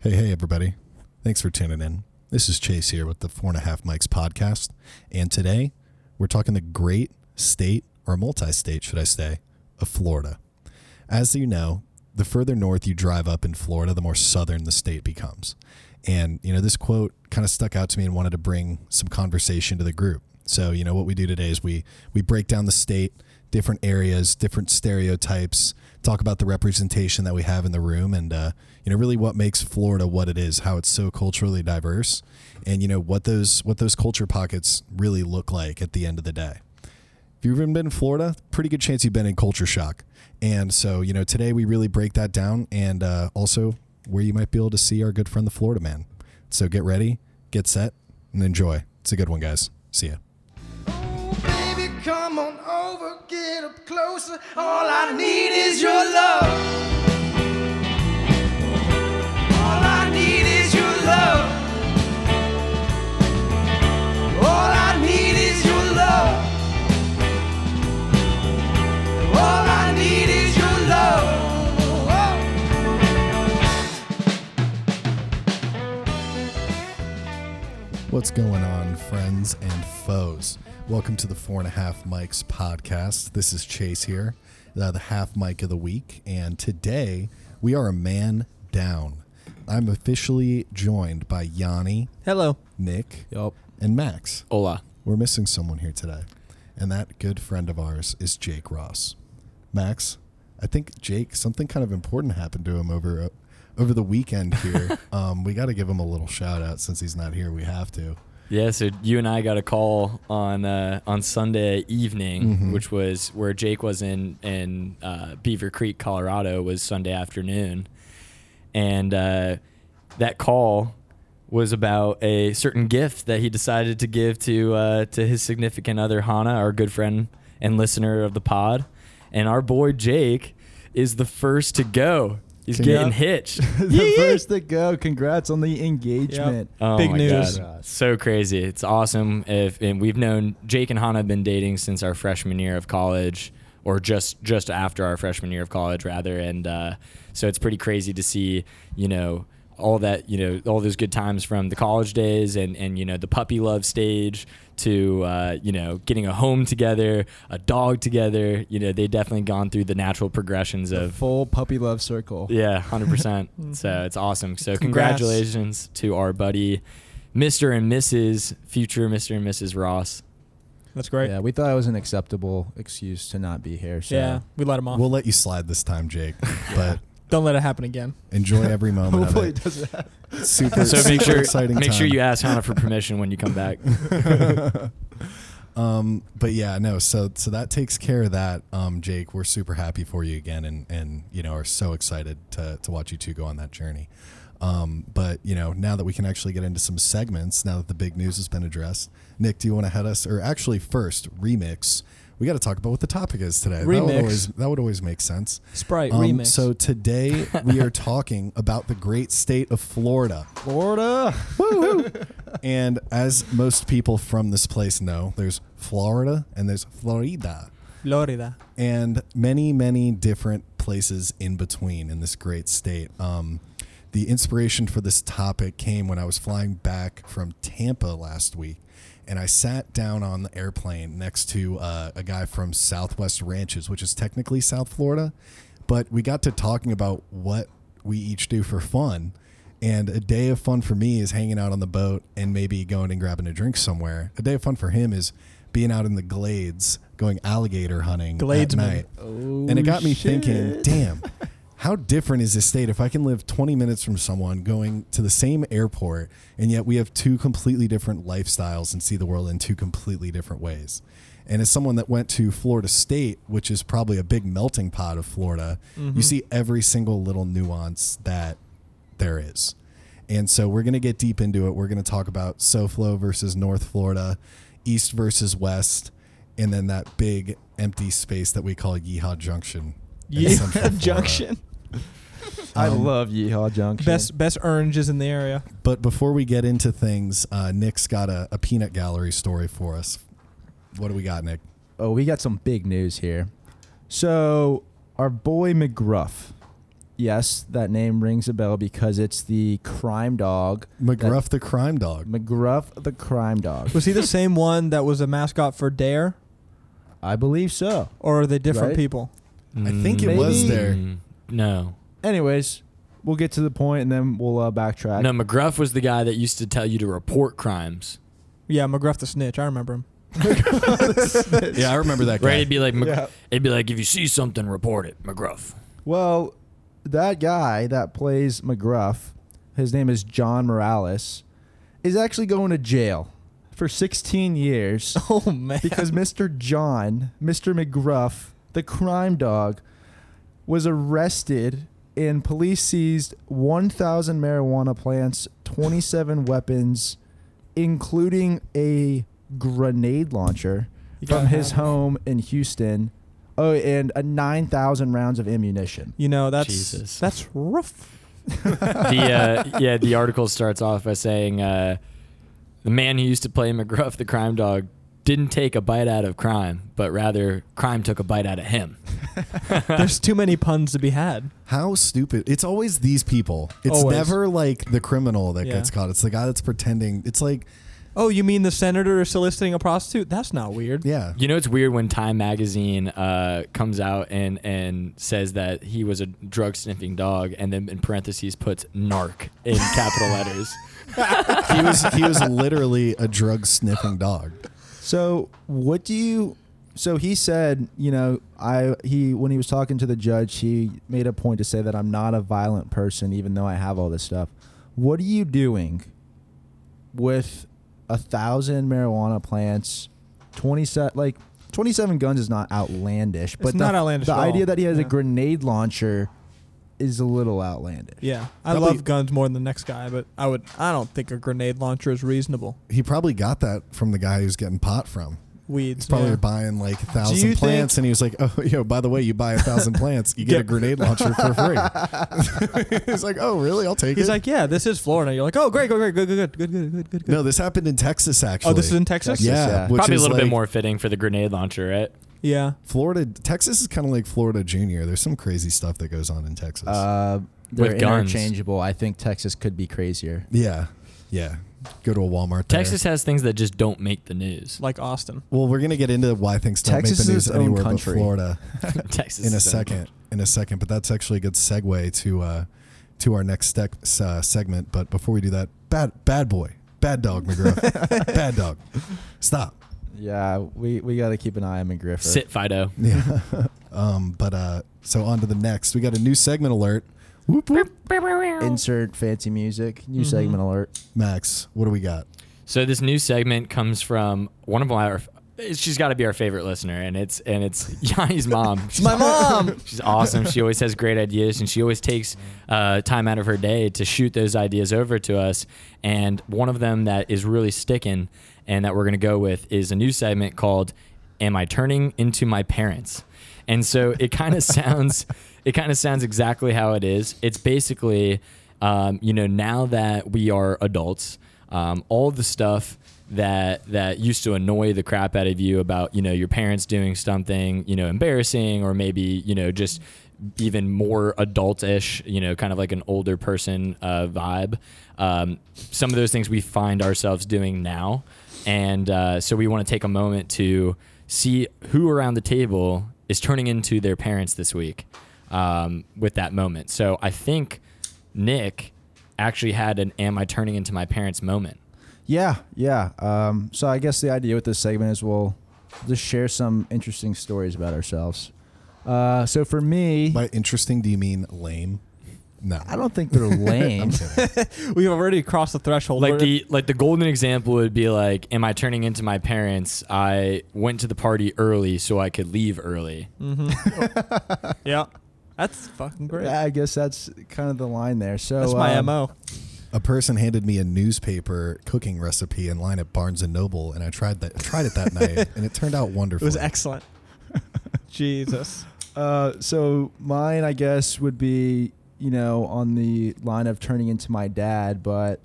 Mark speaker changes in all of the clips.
Speaker 1: Hey, hey, everybody. Thanks for tuning in. This is Chase here with the Four and a Half Mics podcast. And today we're talking the great state, or multi state, should I say, of Florida. As you know, the further north you drive up in Florida, the more southern the state becomes. And, you know, this quote kind of stuck out to me and wanted to bring some conversation to the group. So, you know, what we do today is we, we break down the state, different areas, different stereotypes, talk about the representation that we have in the room and, uh, you know, really what makes Florida what it is, how it's so culturally diverse and, you know, what those, what those culture pockets really look like at the end of the day. If you've even been in Florida, pretty good chance you've been in culture shock. And so, you know, today we really break that down and uh, also where you might be able to see our good friend, the Florida man. So get ready, get set, and enjoy. It's a good one, guys. See ya.
Speaker 2: Baby, come on over, get up closer. All I need is your love. All I need is your love. All I need is your love. All I need is your love.
Speaker 1: What's going on, friends and foes? Welcome to the Four and a Half Mics podcast. This is Chase here, uh, the half mic of the week, and today we are a man down. I'm officially joined by Yanni,
Speaker 3: Hello.
Speaker 1: Nick,
Speaker 3: Yup.
Speaker 1: and Max.
Speaker 3: Hola.
Speaker 1: We're missing someone here today, and that good friend of ours is Jake Ross. Max, I think Jake, something kind of important happened to him over uh, over the weekend here. um, we got to give him a little shout out since he's not here. We have to.
Speaker 4: Yeah, so you and I got a call on uh, on Sunday evening, which was where Jake was in in uh, Beaver Creek, Colorado, was Sunday afternoon, and uh, that call was about a certain gift that he decided to give to uh, to his significant other Hannah, our good friend and listener of the pod, and our boy Jake is the first to go. He's
Speaker 1: Congrats.
Speaker 4: getting hitched.
Speaker 5: the
Speaker 3: Yee.
Speaker 5: first to go. Congrats on the engagement.
Speaker 4: Oh
Speaker 3: Big
Speaker 4: my
Speaker 3: news.
Speaker 4: God. So crazy. It's awesome. If and we've known Jake and Hannah have been dating since our freshman year of college, or just just after our freshman year of college, rather. And uh, so it's pretty crazy to see, you know, all that you know, all those good times from the college days, and and you know, the puppy love stage to uh, you know, getting a home together, a dog together. You know, they definitely gone through the natural progressions of.
Speaker 5: Full puppy love circle.
Speaker 4: Yeah, hundred percent. So it's awesome. So
Speaker 3: Mm-hmm. Congrats.
Speaker 4: congratulations to our buddy, Mister and Mrs. Future Mister and Mrs. Ross.
Speaker 3: That's great.
Speaker 5: Yeah,
Speaker 3: Yeah.
Speaker 5: we thought it was an acceptable excuse to not be here. So
Speaker 3: we let him off.
Speaker 1: We'll let you slide this time, Jake, but
Speaker 3: Don't let it happen again.
Speaker 1: enjoy every moment of
Speaker 5: hopefully
Speaker 1: it.
Speaker 5: it doesn't happen.
Speaker 1: Super,
Speaker 4: So
Speaker 1: super
Speaker 4: make sure
Speaker 1: exciting
Speaker 4: make sure
Speaker 1: time.
Speaker 4: you ask Hannah for permission when you come back.
Speaker 1: um, but yeah, no. So so that takes care of that, um, Jake. We're super happy for you again, and and you know are so excited to to watch you two go on that journey. Um, but you know now that we can actually get into some segments, now that the big news has been addressed, Nick, do you want to head us or actually first remix? We got to talk about what the topic is today. That would
Speaker 3: Remix.
Speaker 1: always that would always make sense.
Speaker 3: Sprite
Speaker 1: Um,
Speaker 3: remix.
Speaker 1: So today we are talking about the great state of Florida.
Speaker 5: Florida.
Speaker 1: And as most people from this place know, there's Florida and there's Florida
Speaker 3: Florida.
Speaker 1: and many, many different places in between in this great state. Um, the inspiration for this topic came when I was flying back from Tampa last week. And I sat down on the airplane next to uh, a guy from Southwest Ranches, which is technically South Florida. But we got to talking about what we each do for fun. And a day of fun for me is hanging out on the boat and maybe going and grabbing a drink somewhere. A day of fun for him is being out in the glades, going alligator hunting at
Speaker 3: Gladesman.
Speaker 1: night. and it got me thinking, damn, how different is this state if I can live 20 minutes from someone going to the same airport and yet we have two completely different lifestyles and see the world in two completely different ways. And as someone that went to Florida State, which is probably a big melting pot of Florida, you see every single little nuance that there is. And so we're going to get deep into it. We're going to talk about SoFlo versus North Florida, East versus West, and then that big empty space that we call Yeehaw Junction. in Central Florida.
Speaker 3: Junction.
Speaker 5: Um, I love Yeehaw Junction.
Speaker 3: Best best oranges in the area.
Speaker 1: But before we get into things, uh, Nick's got a, a peanut gallery story for us. What do we got, Nick?
Speaker 5: Oh, we got some big news here. So our boy McGruff, yes, that name rings a bell because it's the crime dog,
Speaker 1: McGruff the crime dog.
Speaker 5: McGruff the crime dog.
Speaker 3: Was he the same one that was a mascot for Dare,
Speaker 5: I believe so.
Speaker 3: or are they different
Speaker 5: Right.
Speaker 3: people?
Speaker 1: I think it was
Speaker 5: Maybe.
Speaker 1: there.
Speaker 4: Mm, No.
Speaker 5: Anyways, we'll get to the point and then we'll uh, backtrack.
Speaker 4: No, McGruff was the guy that used to tell you to report crimes.
Speaker 3: Yeah, McGruff the Snitch. I remember him.
Speaker 1: Yeah, I remember that guy.
Speaker 4: Right? It'd be like Mc-
Speaker 5: Yeah.
Speaker 4: it'd be like if you see something, report it, McGruff.
Speaker 5: Well, that guy that plays McGruff, his name is John Morales, is actually going to jail for 16 years
Speaker 3: Oh man.
Speaker 5: because Mr. John, Mr. McGruff, the crime dog, was arrested and police seized 1,000 marijuana plants, 27 weapons, including a grenade launcher
Speaker 3: You
Speaker 5: from
Speaker 3: gotta
Speaker 5: his
Speaker 3: have-
Speaker 5: home in Houston. Oh, and a 9,000 rounds of ammunition.
Speaker 3: You know that's
Speaker 4: Jesus.
Speaker 3: that's rough.
Speaker 4: the uh, yeah, the article starts off by saying uh, the man who used to play McGruff, the crime dog, didn't take a bite out of crime, but rather crime took a bite out of him.
Speaker 3: There's too many puns to be had.
Speaker 1: How stupid. It's always these people. It's
Speaker 3: Always.
Speaker 1: never like the criminal that
Speaker 3: Yeah.
Speaker 1: gets caught. It's the guy that's pretending. It's like,
Speaker 3: Oh, you mean the senator is soliciting a prostitute? That's not weird.
Speaker 1: yeah.
Speaker 4: You know, it's weird when Time Magazine uh, comes out and and says that he was a drug sniffing dog, and then in parentheses puts narc in capital letters.
Speaker 1: he was he was literally a drug sniffing dog.
Speaker 5: So what do you? So he said, you know, I he when he was talking to the judge, he made a point to say that I'm not a violent person, even though I have all this stuff. What are you doing with a thousand marijuana plants, twenty set like twenty seven guns is not outlandish, but the-
Speaker 3: not outlandish
Speaker 5: The
Speaker 3: at all.
Speaker 5: idea that he has a
Speaker 3: Yeah.
Speaker 5: grenade launcher is a little outlandish.
Speaker 3: Yeah, I
Speaker 1: Probably-
Speaker 3: love guns more than the next guy, but I would I don't think a grenade launcher is reasonable.
Speaker 1: He probably got that from the guy who's getting pot from.
Speaker 3: Weeds.
Speaker 1: He's probably
Speaker 3: yeah.
Speaker 1: buying like a
Speaker 5: Do you
Speaker 1: thousand plants, and he was like, "Oh, yo, by the way, you buy a thousand plants, you get a
Speaker 3: Get-
Speaker 1: grenade launcher for free." He's like, "Oh, really? I'll take
Speaker 3: He's
Speaker 1: it."
Speaker 3: like, yeah, this is Florida. You're like, oh, great, great, great, good, good, good, good, good, good, good.
Speaker 1: "No, this happened in Texas, actually."
Speaker 3: oh, this is in Texas.
Speaker 5: Texas.
Speaker 1: yeah,
Speaker 5: yeah.
Speaker 1: which
Speaker 4: Probably a
Speaker 1: is
Speaker 4: little bit
Speaker 1: like
Speaker 4: more fitting for the grenade launcher, right?
Speaker 3: yeah.
Speaker 1: Florida, Texas is kind of like Florida Junior. There's some crazy stuff that goes on in Texas.
Speaker 5: Uh, they're
Speaker 4: With guns.
Speaker 5: interchangeable. I think Texas could be crazier.
Speaker 1: yeah, yeah. Go to a Walmart. there.
Speaker 4: Texas has things that just don't make the news.
Speaker 3: Like Austin.
Speaker 1: Well, we're gonna get into why things don't make
Speaker 5: Texas is
Speaker 1: the news
Speaker 5: its own
Speaker 1: anywhere but
Speaker 5: country.
Speaker 1: Florida.
Speaker 4: Texas
Speaker 1: in a
Speaker 4: is so-
Speaker 1: second. In a second, but that's actually a good segue to uh, to our next stec- s- uh, segment. But before we do that, bad bad boy, bad dog McGriff, bad dog, stop.
Speaker 5: Yeah, we, we got to keep an eye on McGriff.
Speaker 4: Sit Fido.
Speaker 1: Yeah. um, but uh, so on to the next. We got a new segment alert. Whoop whoop.
Speaker 5: insert fancy music new segment alert
Speaker 1: Max, what do we got?
Speaker 4: So this new segment comes from one of our. She's got to be our favorite listener, and it's and it's Yanni's mom. She's
Speaker 3: My mom.
Speaker 4: She's awesome. She always has great ideas, and she always takes uh, time out of her day to shoot those ideas over to us. And one of them that is really sticking, and that we're gonna go with, is a new segment called "Am I Turning Into My Parents?" And so it kind of sounds, it kind of sounds exactly how it is. It's basically, um, you know, now that we are adults, um, all the stuff that that used to annoy the crap out of you about you know your parents doing something you know embarrassing or maybe you know just even more adultish you know kind of like an older person uh, vibe um, some of those things we find ourselves doing now and uh, so we want to take a moment to see who around the table is turning into their parents this week um, with that moment so i think nick actually had an am i turning into my parents moment
Speaker 5: yeah yeah um, so i guess the idea with this segment is we'll just share some interesting stories about ourselves uh, so for me
Speaker 1: By interesting, do you mean lame? No.
Speaker 5: i don't think they're lame
Speaker 3: We've already crossed the threshold.
Speaker 4: like
Speaker 3: We're-
Speaker 4: the like the golden example would be like am i turning into my parents i went to the party early so i could leave early
Speaker 3: Mm. yeah. That's fucking great.
Speaker 5: i guess that's kind of the line there so
Speaker 3: That's my
Speaker 5: um,
Speaker 3: mo.
Speaker 1: A person handed me a newspaper cooking recipe in line at Barnes and Noble, and I tried that tried it that night, and it turned out
Speaker 3: It
Speaker 1: wonderful.
Speaker 3: was excellent. Jesus.
Speaker 5: Uh, so mine, I guess, would be you know on the line of turning into my dad. But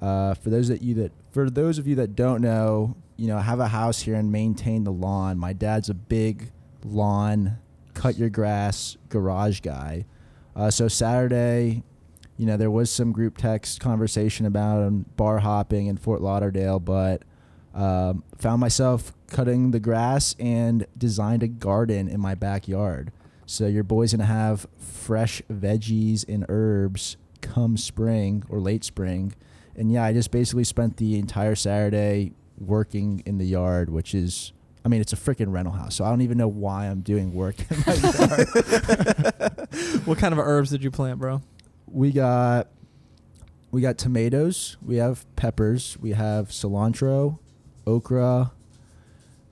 Speaker 5: uh, for those that you that for those of you that don't know, you know, I have a house here and maintain the lawn. My dad's a big lawn, cut your grass, garage guy. Uh, so Saturday, you know, there was some group text conversation about um, bar hopping in Fort Lauderdale, but um, found myself cutting the grass and designed a garden in my backyard. So your boy's gonna have fresh veggies and herbs come spring or late spring. And yeah, I just basically spent the entire Saturday working in the yard, which is, I mean, it's a freaking rental house. So I don't even know why I'm doing work in my yard.
Speaker 3: What kind of herbs did you plant, bro?
Speaker 5: we got we got tomatoes we have peppers we have cilantro okra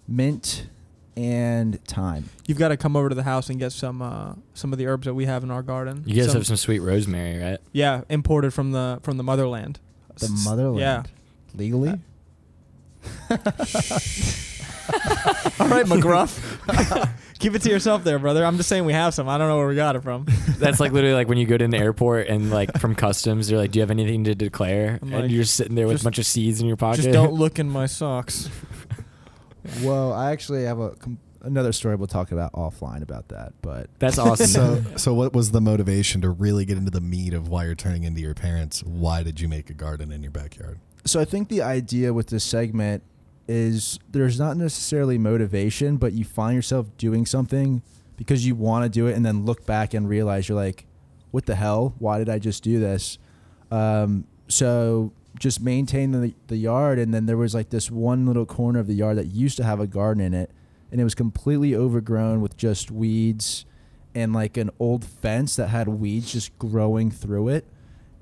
Speaker 5: mint and thyme
Speaker 3: You've got to come over to the house and get some uh, some of the herbs that we have in our garden.
Speaker 4: You guys have some sweet rosemary, right?
Speaker 3: yeah, imported from the from the motherland.
Speaker 5: the
Speaker 3: S- s-
Speaker 5: motherland
Speaker 3: Yeah.
Speaker 5: legally
Speaker 3: All right, McGruff. Keep it to yourself there, brother. I'm just saying we have some. I don't know where we got it from.
Speaker 4: That's like literally like when you go to the airport and like from customs, they're like, "Do you have anything to declare?"
Speaker 3: I'm
Speaker 4: and
Speaker 3: like,
Speaker 4: you're just sitting there with
Speaker 3: just-
Speaker 4: a bunch of seeds in your pocket.
Speaker 3: Just don't look in my socks.
Speaker 5: well i actually have a com- another story we'll talk about offline about that but
Speaker 4: That's awesome.
Speaker 1: so, so what was the motivation to really get into the meat of why you're turning into your parents? Why did you make a garden in your backyard?
Speaker 5: so I think the idea with this segment is there's not necessarily motivation, but you find yourself doing something because you want to do it, and then look back and realize you're like, "What the hell? Why did I just do this?" Um, so just maintain the, the yard, and then there was like this one little corner of the yard that used to have a garden in it, and it was completely overgrown with just weeds and like an old fence that had weeds just growing through it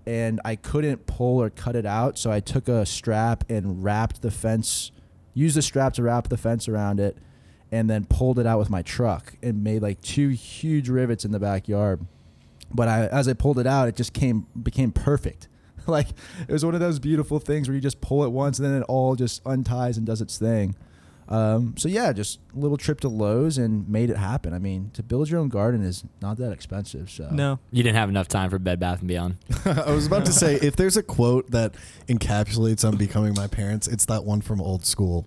Speaker 5: and I couldn't pull or cut it out, so I took a strap and wrapped the fence, used the strap to wrap the fence around it, and then pulled it out with my truck and made like two huge rivets in the backyard. But I, as I pulled it out, it just came became perfect. like it was one of those beautiful things where you just pull it once and then it all just unties and does its thing. Um, so yeah, just a little trip to Lowe's and made it happen. I mean, to build your own garden is not that expensive. So
Speaker 3: No.
Speaker 4: you didn't have enough time for Bed Bath and Beyond.
Speaker 1: I was about to say, if there's a quote that encapsulates on becoming my parents, it's that one from old school.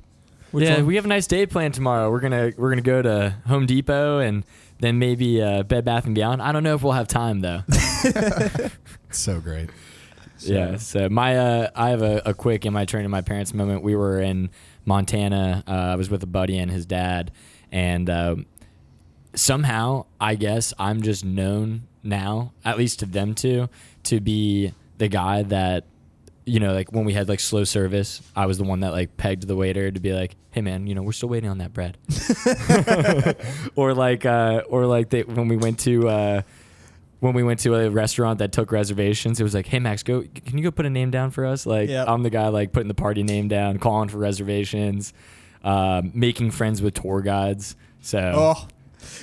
Speaker 4: yeah,
Speaker 3: one?
Speaker 4: we have a nice day planned tomorrow. We're gonna we're gonna go to Home Depot and then maybe uh, Bed Bath and Beyond. I don't know if we'll have time though.
Speaker 1: It's so great.
Speaker 4: Yeah. So my uh, I have a, a quick am I training my parents moment. We were in Montana. Uh, I was with a buddy and his dad, and um somehow I guess I'm just known now, at least to them two, to be the guy that you know, like when we had like slow service, I was the one that like pegged the waiter to be like, "Hey man, you know, we're still waiting on that bread." or like uh or like they when we went to uh when we went to a restaurant that took reservations, it was like, "Hey Max, go can you go put a name down for us?" Like
Speaker 3: Yep.
Speaker 4: I'm the guy like putting the party name down, calling for reservations, um, making friends with tour guides. So
Speaker 3: Oh,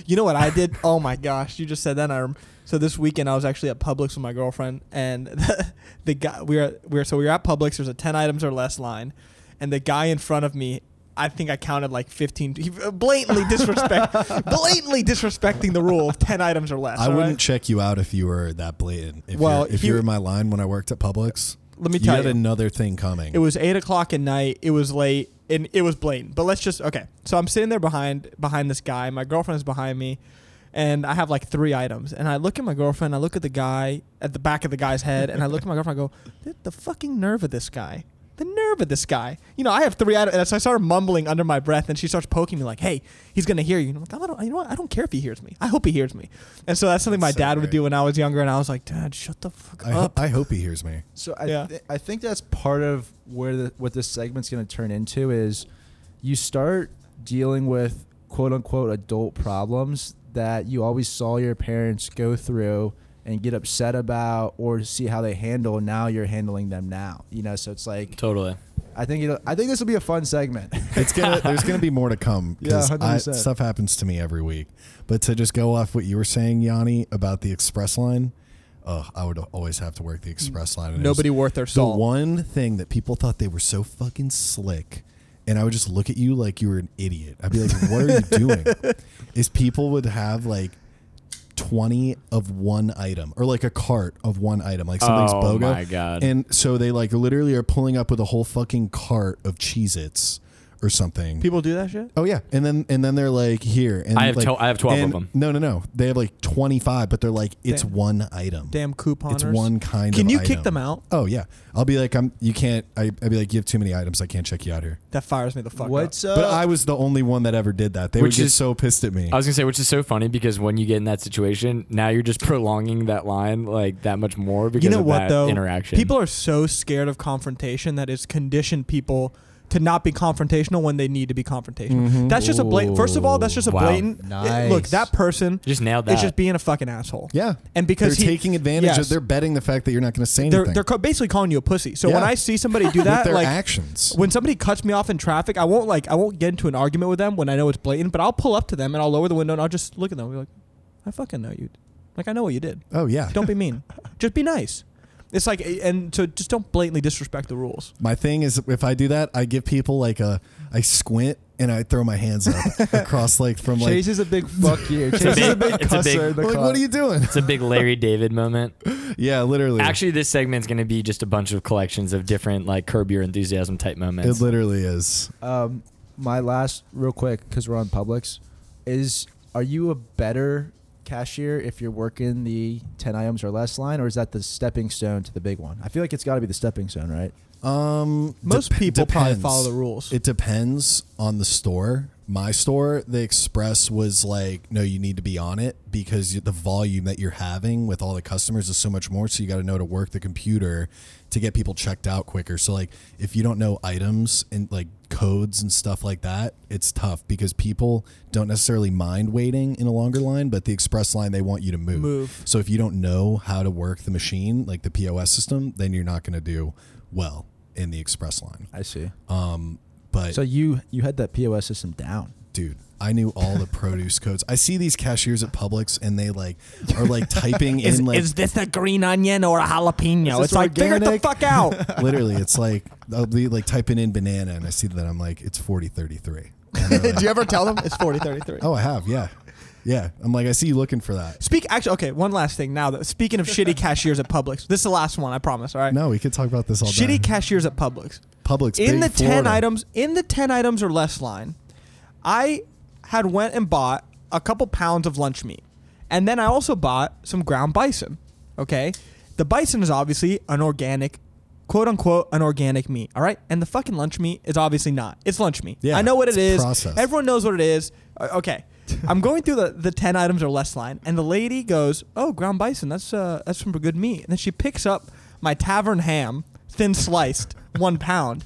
Speaker 3: you know what I did? oh my gosh, you just said that. And I rem- so this weekend I was actually at Publix with my girlfriend, and the, guy we were we were so we were at Publix. There's a ten items or less line, and the guy in front of me. I think I counted like 15. He uh, blatantly disrespect, blatantly disrespecting the rule of 10 items or less.
Speaker 1: I
Speaker 3: all right?
Speaker 1: wouldn't check you out if you were that blatant. If
Speaker 3: Well,
Speaker 1: you're, if
Speaker 3: he-
Speaker 1: you were in my line when I worked at Publix,
Speaker 3: Let me tell
Speaker 1: had
Speaker 3: you.
Speaker 1: another thing coming.
Speaker 3: It was eight o'clock at night. It was late, and it was blatant. But let's just okay. So I'm sitting there behind behind this guy. My girlfriend's behind me, and I have like three items. And I look at my girlfriend. I look at the guy at the back of the guy's head, and I look at my girlfriend. I go, the, the fucking nerve of this guy. The nerve of this guy. You know, I have three items. And so I started mumbling under my breath, and she starts poking me like, hey, he's going to hear you. And I'm like, I don't, you know what? I don't care if he hears me. I hope he hears me. And so that's something my
Speaker 1: so
Speaker 3: dad
Speaker 1: great.
Speaker 3: would do when I was younger, and I was like, Dad, shut the fuck
Speaker 1: I, ho-
Speaker 3: up.
Speaker 1: I hope he hears me.
Speaker 5: So I,
Speaker 3: Yeah.
Speaker 5: thi- I think that's part of where the, what this segment's going to turn into is you start dealing with quote unquote adult problems that you always saw your parents go through and get upset about or see how they handle. Now you're handling them now, you know. So it's like
Speaker 4: totally.
Speaker 5: I think it'll, I think this will be a fun segment.
Speaker 1: It's gonna. there's gonna be more to come
Speaker 5: Yeah,
Speaker 1: because
Speaker 5: 100%.
Speaker 1: stuff happens to me every week. But to just go off what you were saying, Yanni, about the express line, uh, I would always have to work the express line. and it was
Speaker 3: Nobody worth their
Speaker 1: The
Speaker 3: salt.
Speaker 1: one thing that people thought they were so fucking slick, and I would just look at you like you were an idiot. I'd be like, "What are you doing?" Is people would have like. 20 of one item or like a cart of one item like something's
Speaker 4: Oh
Speaker 1: bogo
Speaker 4: my God.
Speaker 1: and so they like literally are pulling up with a whole fucking cart of Cheez Its or something.
Speaker 3: People do that shit.
Speaker 1: Oh yeah, and then and then they're like here. And
Speaker 4: I have
Speaker 1: like,
Speaker 4: to- I have 12 of
Speaker 1: and-
Speaker 4: them.
Speaker 1: No, no, no. They have like twenty five, but they're like it's
Speaker 3: Damn.
Speaker 1: one item.
Speaker 3: Damn couponers.
Speaker 1: It's one kind.
Speaker 3: Can
Speaker 1: of
Speaker 3: you kick
Speaker 1: item.
Speaker 3: them out?
Speaker 1: Oh yeah, I'll be like I'm. You can't. I, I'd be like you have too many items. I can't check you out here.
Speaker 3: That fires me the fuck up.
Speaker 5: What's up?
Speaker 1: But I was the only one that ever did that. They would
Speaker 4: Which
Speaker 1: get
Speaker 4: is-
Speaker 1: so pissed at me.
Speaker 4: I was gonna say, which is so funny because when you get in that situation, now you're just prolonging that line like that much more because
Speaker 3: You know
Speaker 4: of
Speaker 3: what
Speaker 4: that
Speaker 3: though?
Speaker 4: interaction.
Speaker 3: People are so scared of confrontation that it's conditioned people to not be confrontational when they need to be confrontational.
Speaker 1: Mm-hmm.
Speaker 3: That's just a blatant. First of all, that's just a
Speaker 4: Ooh, wow.
Speaker 3: blatant. eh,
Speaker 5: Nice.
Speaker 3: Look, that person
Speaker 4: You just nailed
Speaker 3: is
Speaker 4: that.
Speaker 3: just being a fucking asshole.
Speaker 1: yeah,
Speaker 3: And because
Speaker 1: they're
Speaker 3: he-
Speaker 1: taking advantage
Speaker 3: yes.
Speaker 1: of, they're betting the fact that you're not going to say
Speaker 3: They're,
Speaker 1: anything.
Speaker 3: they're co- basically calling you a pussy. So when
Speaker 1: Yeah.
Speaker 3: I see somebody do that,
Speaker 1: with their
Speaker 3: like
Speaker 1: actions.
Speaker 3: when somebody cuts me off in traffic, I won't like I won't get into an argument with them when I know it's blatant, but I'll pull up to them and I'll lower the window and I'll just look at them and be like, I fucking know you. Like I know what you did.
Speaker 1: Oh yeah.
Speaker 3: Don't be mean. just be nice. It's like eh, and so just don't blatantly disrespect the rules.
Speaker 1: My thing is if I do that, I give people like a I squint and I throw my hands up across like from like,
Speaker 5: Chase is a big fuck you. Chase
Speaker 4: big-
Speaker 5: is a big
Speaker 4: it's a
Speaker 5: cusser
Speaker 4: big-
Speaker 5: in the
Speaker 1: like
Speaker 5: car.
Speaker 1: what are you doing?
Speaker 4: it's a big Larry David moment.
Speaker 1: yeah, literally.
Speaker 4: Actually, this segment's gonna be just a bunch of collections of different like curb your enthusiasm type
Speaker 1: it
Speaker 4: moments.
Speaker 1: literally is.
Speaker 5: Um, my last, real quick, because we're on Publix, is are you a better cashier if you're working the 10 items or less line, or is that the stepping stone to the big one? I feel like it's got to be the stepping stone, right?
Speaker 1: Um
Speaker 3: Most
Speaker 1: dep-
Speaker 3: people probably
Speaker 1: depends.
Speaker 3: follow the rules.
Speaker 1: It depends on the store. My store, the Express was like, no, you need to be on it because you- the volume that you're having with all the customers is so much more. So you got to know to work the computer to get people checked out quicker. So like, if you don't know items and like codes and stuff like that, it's tough because people don't necessarily mind waiting in a longer line, but the Express line they want you to move.
Speaker 3: Move.
Speaker 1: So if you don't know how to work the machine, like the POS system, then you're not going to do well in the Express line.
Speaker 5: I see.
Speaker 4: Oh.
Speaker 1: But
Speaker 5: So you you had that POS system down.
Speaker 1: dude i knew all the produce codes i see these cashiers at publix and they like are like typing in like
Speaker 3: this a green onion or a jalapeno?
Speaker 5: this
Speaker 3: It's like figure it the
Speaker 5: organic?
Speaker 3: fuck out.
Speaker 1: literally it's like i'll be like typing in banana and i see that i'm like it's 4033
Speaker 3: Do you ever tell them it's forty thirty three?
Speaker 1: oh i have yeah yeah i'm like i see you looking for that
Speaker 3: Speak actually okay, one last thing now that speaking of shitty cashiers at Publix. This is the last one, I promise, all right?
Speaker 1: no we could talk about this all day
Speaker 3: Shitty cashiers at Publix.
Speaker 1: publix
Speaker 3: in
Speaker 1: big
Speaker 3: the 10
Speaker 1: Florida.
Speaker 3: items in the 10 items or less line i had went and bought a couple pounds of lunch meat and then i also bought some ground bison okay the bison is obviously an organic quote unquote an organic meat all right and the fucking lunch meat is obviously not it's lunch meat
Speaker 1: Yeah,
Speaker 3: i know what
Speaker 1: it's
Speaker 3: it is
Speaker 1: processed.
Speaker 3: everyone knows what it is Uh, okay i'm going through the, the 10 items or less line and the lady goes oh ground bison that's uh that's some good meat and then she picks up my tavern ham thin sliced one pound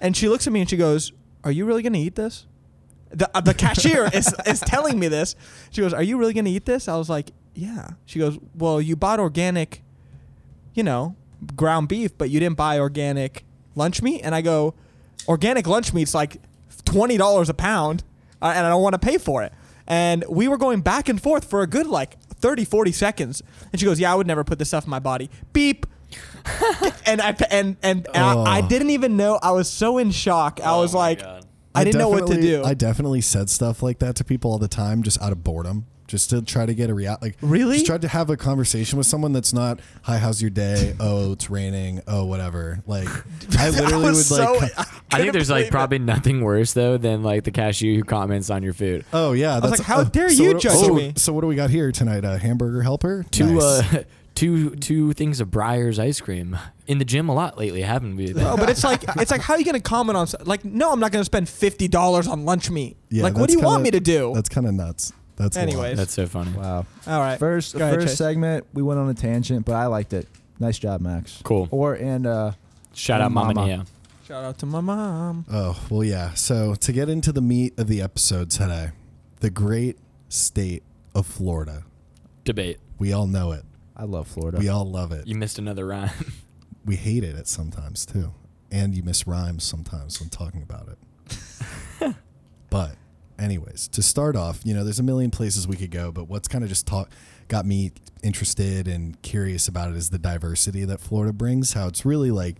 Speaker 3: and she looks at me and she goes, "Are you really gonna eat this?" The, uh, the cashier is is telling me this. She goes, "Are you really gonna eat this?" I was like, "Yeah." She goes, "Well, you bought organic, you know, ground beef, but you didn't buy organic lunch meat." And I go, "Organic lunch meat's like twenty dollars a pound, uh, and I don't want to pay for it." And we were going back and forth for a good like 30, 40 seconds. And she goes, "Yeah, I would never put this stuff in my body." Beep and I and and, and
Speaker 1: Oh.
Speaker 3: I, I didn't even know. I was so in shock. I was
Speaker 4: Oh my
Speaker 3: like,
Speaker 4: God.
Speaker 3: I didn't know what to
Speaker 1: definitely-
Speaker 3: do.
Speaker 1: i definitely said stuff like that to people all the time just out of boredom just to try to get a react like
Speaker 3: Really?
Speaker 1: just tried to have a conversation with someone that's not hi how's your day oh it's raining oh whatever like i literally would
Speaker 3: was so-
Speaker 1: like
Speaker 4: I think
Speaker 3: couldn't
Speaker 4: there's
Speaker 3: believe
Speaker 4: like
Speaker 3: it.
Speaker 4: probably nothing worse though than like the cashier who comments on your food.
Speaker 1: Oh yeah, that's
Speaker 3: like, how
Speaker 1: oh,
Speaker 3: dare you
Speaker 1: what do-
Speaker 3: judge
Speaker 1: so,
Speaker 3: me?
Speaker 1: So what do we got here tonight? A hamburger helper.
Speaker 4: Two
Speaker 1: Nice.
Speaker 4: uh, two two things of Briar's ice cream in the gym a lot lately, haven't we?
Speaker 3: Oh, but it's like it's like how are you gonna comment on s- like no, I'm not gonna spend fifty dollars on lunch meat. like what
Speaker 1: that's
Speaker 3: do you want
Speaker 1: kinda-
Speaker 3: me to do?
Speaker 1: That's kind of nuts. That's a lot.
Speaker 3: Anyways.
Speaker 4: That's so funny.
Speaker 5: Wow.
Speaker 3: All right,
Speaker 5: Uh, First
Speaker 3: Go ahead,
Speaker 5: first
Speaker 3: Chase.
Speaker 5: segment, we went on a tangent, but I liked it. Nice job, Max.
Speaker 4: Cool.
Speaker 5: Or and uh,
Speaker 4: Shout out Mama,
Speaker 5: Mama.
Speaker 4: Mia.
Speaker 3: Shout out to my mom.
Speaker 1: Oh well, yeah. So to get into the meat of the episode today, the great state of Florida.
Speaker 4: Debate.
Speaker 1: We all know it.
Speaker 5: I love Florida.
Speaker 1: We all love it.
Speaker 4: You missed another rhyme.
Speaker 1: We hated it sometimes too, and you miss rhymes sometimes when talking about it. But, anyways, to start off, you know, there's a million places we could go, but what's kind of just taught got me interested and curious about it is the diversity that Florida brings. How it's really like,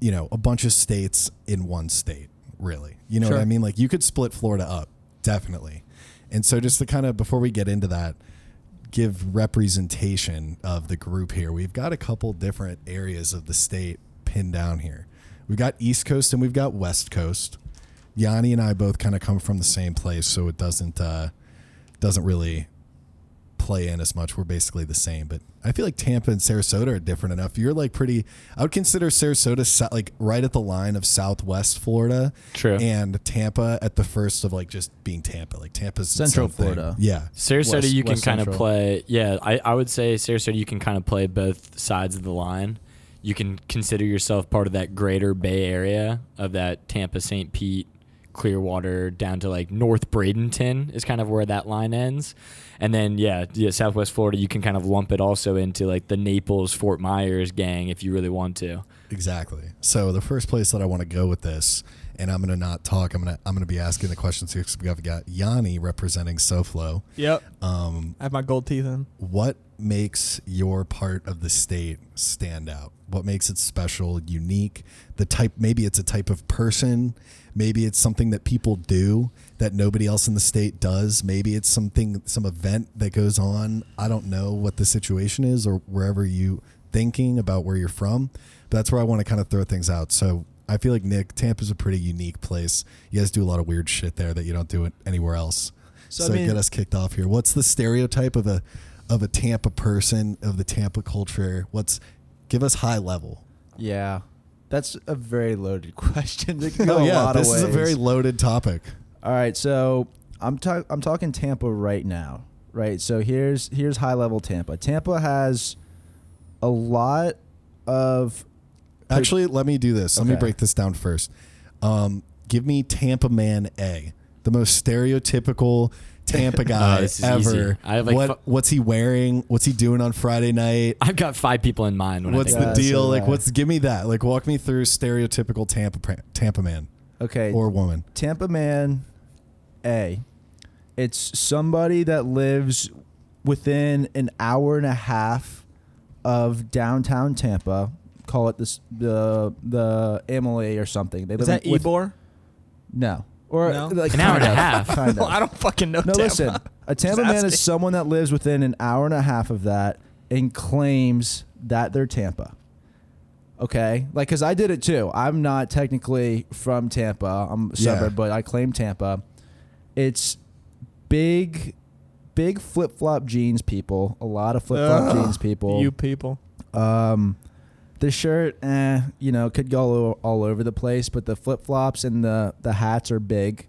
Speaker 1: you know, a bunch of states in one state, really. You know
Speaker 3: Sure.
Speaker 1: what I mean? Like you could split Florida up, definitely. And so, just to kind of before we get into that, give representation of the group here. We've got a couple different areas of the state pinned down here. We've got East Coast and we've got West Coast. Yanni and I both kind of come from the same place, so it doesn't uh, doesn't really play in as much. We're basically the same, but I feel like Tampa and Sarasota are different enough. You're like pretty. I would consider Sarasota so- like right at the line of Southwest Florida,
Speaker 4: True.
Speaker 1: and Tampa at the first of like just being Tampa. Like Tampa's its
Speaker 5: Central
Speaker 1: own thing.
Speaker 5: Florida.
Speaker 1: Yeah,
Speaker 4: Sarasota,
Speaker 5: West-
Speaker 4: you can
Speaker 5: West
Speaker 4: kind of
Speaker 5: Central.
Speaker 4: play. Yeah, I, I would say Sarasota, you can kind of play both sides of the line. You can consider yourself part of that greater Bay Area of that Tampa, St. Pete, Clearwater, down to like North Bradenton is kind of where that line ends. And then, yeah, yeah, Southwest Florida, you can kind of lump it also into like the Naples, Fort Myers gang if you really want to.
Speaker 1: Exactly. So the first place that I want to go with this, and I'm gonna not talk. I'm gonna I'm gonna be asking the questions here because we've got Yanni representing SoFlo.
Speaker 3: Yep.
Speaker 1: Um,
Speaker 3: I have my gold teeth in.
Speaker 1: what makes your part of the state stand out? What makes it special, unique? The type maybe it's a type of person, maybe it's something that people do that nobody else in the state does. Maybe it's something some event that goes on. I don't know what the situation is or wherever you thinking about where you're from. But that's where I want to kind of throw things out. So I feel like Nick, Tampa's a pretty unique place. You guys do a lot of weird shit there that you don't do it anywhere else. So,
Speaker 5: So, I mean-
Speaker 1: get us kicked off here. What's the stereotype of a of a Tampa person of the Tampa culture? What's give us high level?
Speaker 5: Yeah, that's a very loaded question. It can go
Speaker 1: oh yeah,
Speaker 5: a lot
Speaker 1: this
Speaker 5: of
Speaker 1: is a
Speaker 5: ways.
Speaker 1: very loaded topic.
Speaker 5: All right, so I'm ta- I'm talking Tampa right now, right? So here's here's high level Tampa. Tampa has a lot of
Speaker 1: Actually, let me do this. Let me
Speaker 5: Okay.
Speaker 1: break this down first. Um, give me Tampa Man A, the most stereotypical Tampa guy
Speaker 4: Oh, this is
Speaker 1: ever.
Speaker 4: easy. I have, like,
Speaker 1: what
Speaker 4: fu-
Speaker 1: what's he wearing? What's he doing on Friday night?
Speaker 4: I've got five people in mind when
Speaker 1: What's
Speaker 4: I think
Speaker 1: the
Speaker 5: so
Speaker 1: deal?
Speaker 5: do
Speaker 1: like,
Speaker 5: I.
Speaker 1: what's give me that? Like, walk me through stereotypical Tampa pra- Tampa man
Speaker 5: okay
Speaker 1: or woman.
Speaker 5: Tampa Man A. It's somebody that lives within an hour and a half of downtown Tampa. Call it this the the Emily or something. They
Speaker 3: Is
Speaker 5: live
Speaker 3: that
Speaker 5: in- with-
Speaker 3: Ebor?
Speaker 5: No. Or
Speaker 3: No?
Speaker 5: like
Speaker 4: An hour and a
Speaker 5: kind of,
Speaker 4: half.
Speaker 5: kind
Speaker 3: Well,
Speaker 5: of.
Speaker 3: I don't fucking know.
Speaker 5: No,
Speaker 3: Tampa.
Speaker 5: listen. A Tampa man
Speaker 3: asking.
Speaker 5: is someone that lives within an hour and a half of that and claims that they're Tampa. Okay, like because I did it too. I'm not technically from Tampa. I'm a
Speaker 1: Yeah.
Speaker 5: suburb, but I claim Tampa. It's big, big flip flop jeans people. A lot of flip flop
Speaker 3: Ugh,
Speaker 5: jeans people.
Speaker 3: You people.
Speaker 5: Um, the shirt, eh, you know, could go all, o- all over the place, but the flip flops and the the hats are big.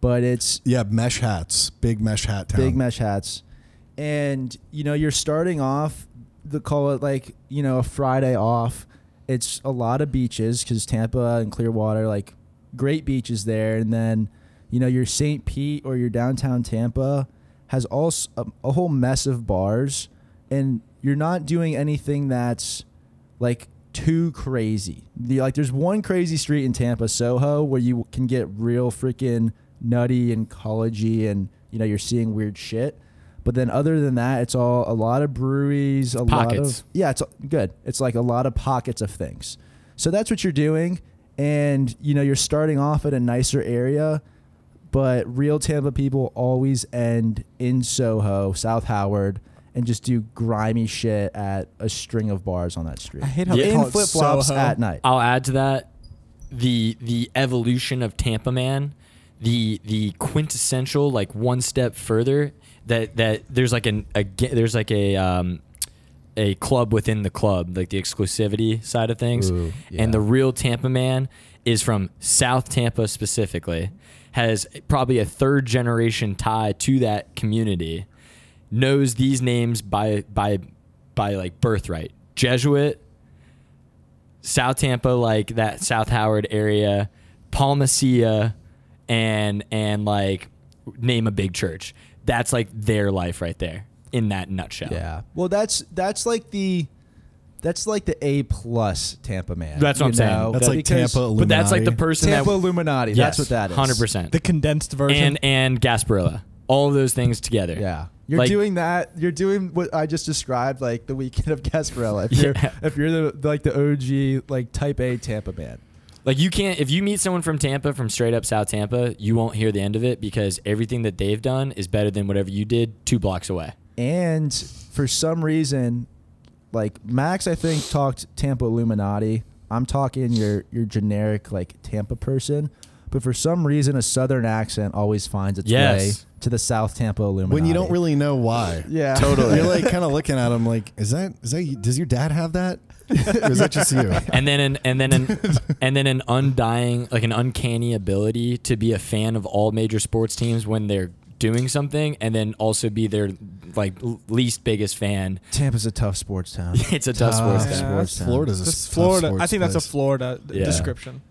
Speaker 5: But it's
Speaker 1: Yeah, mesh hats, big mesh hat town.
Speaker 5: big mesh hats, and you know, you're starting off the call it like you know a Friday off. It's a lot of beaches because Tampa and Clearwater like great beaches there, and then you know your St. Pete or your downtown Tampa has also a, a whole mess of bars, and you're not doing anything that's like too crazy. The like there's one crazy street in Tampa, Soho, where you can get real freaking nutty and collegey and you know you're seeing weird shit. But then other than that, it's all a lot of breweries, a lot
Speaker 4: Pockets.
Speaker 5: of yeah, it's good. It's like a lot of pockets of things. So that's what you're doing and you know you're starting off at a nicer area, but real Tampa people always end in Soho, South Howard. And just do grimy shit at a string of bars on that street
Speaker 3: I hate how
Speaker 4: Yeah.
Speaker 3: they
Speaker 5: in
Speaker 3: call it
Speaker 5: flip flops
Speaker 3: Soho.
Speaker 5: at night.
Speaker 4: I'll add to that the the evolution of Tampa Man, the the quintessential like one step further that that there's like an a ge- there's like a um a club within the club, like the exclusivity side of things.
Speaker 5: Ooh, yeah.
Speaker 4: And the real Tampa man is from South Tampa specifically, has probably a third generation tie to that community, knows these names by by by like birthright. Jesuit, South Tampa, like that South Howard area, Palmacia, and and like name a big church. That's like their life right there in that nutshell.
Speaker 5: yeah. Well, that's that's like the that's like the A plus Tampa man.
Speaker 4: That's what
Speaker 5: you
Speaker 4: I'm saying.
Speaker 5: know,
Speaker 1: That's like
Speaker 5: because
Speaker 1: Tampa
Speaker 4: But that's like the
Speaker 1: Illuminati.
Speaker 4: person
Speaker 5: Tampa
Speaker 4: that
Speaker 5: Illuminati. that's what that is.
Speaker 4: Hundred percent.
Speaker 3: The condensed version.
Speaker 4: And and Gasparilla. All of those things together.
Speaker 5: Yeah. You're
Speaker 4: Like-
Speaker 5: doing that. You're doing what I just described, like the weekend of Gasparilla. If you're
Speaker 4: Yeah.
Speaker 5: if you're the like the OG like Type A Tampa man.
Speaker 4: Like you can't if you meet someone from Tampa from straight up South Tampa, you won't hear the end of it because everything that they've done is better than whatever you did two blocks away.
Speaker 5: And for some reason, like Max, I think talked Tampa Illuminati. I'm talking your your generic like Tampa person, but for some reason, a southern accent always finds its
Speaker 4: Yes.
Speaker 5: way to the South Tampa Illuminati.
Speaker 1: when you don't really know why.
Speaker 5: Yeah.
Speaker 1: totally. You're like kind of looking at him like, is that is that you- does your dad have that? or is that just you?
Speaker 4: and then an, and then an, and then an undying like an uncanny ability to be a fan of all major sports teams when they're doing something and then also be their like l- least biggest fan
Speaker 5: Tampa's a tough sports town.
Speaker 4: it's a tough sports
Speaker 5: Tough
Speaker 4: town.
Speaker 5: sports town.
Speaker 1: Uh, Florida's a
Speaker 3: This
Speaker 1: s- tough
Speaker 3: Florida. I
Speaker 1: sports
Speaker 3: think that's a
Speaker 1: place.
Speaker 3: Florida d-
Speaker 4: Yeah.
Speaker 3: description.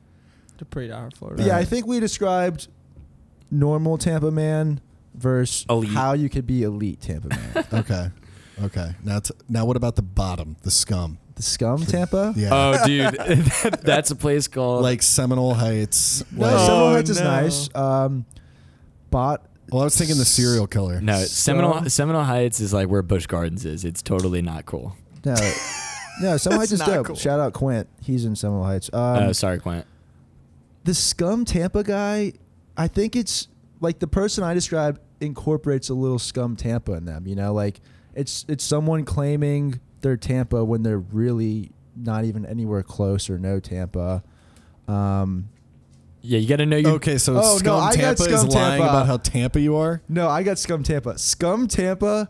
Speaker 3: It's a pretty darn Florida.
Speaker 5: But yeah, I think we described normal Tampa man versus
Speaker 4: Elite.
Speaker 5: how you could be elite Tampa man.
Speaker 1: Okay. Okay. Now, t- now, what about the bottom, the scum?
Speaker 5: the scum Tampa?
Speaker 1: Yeah.
Speaker 4: oh dude that- that's a place called
Speaker 1: like Seminole Heights.
Speaker 5: No,
Speaker 1: like-
Speaker 5: Seminole Heights is
Speaker 3: no.
Speaker 5: nice. Um, bot.
Speaker 1: well, I was thinking the serial killer.
Speaker 4: no
Speaker 5: Some-
Speaker 4: Seminole Seminole Heights is like where Busch Gardens is it's totally not cool
Speaker 5: No, no, Seminole Heights is
Speaker 3: not
Speaker 5: dope.
Speaker 3: cool.
Speaker 5: Shout out Quint. He's in Seminole Heights. Um,
Speaker 4: oh sorry Quint
Speaker 5: the scum Tampa guy, I think it's like the person I described incorporates a little scum Tampa in them. You know, like it's it's someone claiming they're Tampa when they're really not even anywhere close or no Tampa. Um,
Speaker 4: yeah you got to know your
Speaker 1: Okay, so
Speaker 5: Oh, no,
Speaker 1: scum
Speaker 5: I got
Speaker 1: Tampa is
Speaker 5: scum
Speaker 1: lying
Speaker 5: Tampa.
Speaker 1: about how Tampa you are.
Speaker 5: no, I got scum Tampa. Scum Tampa.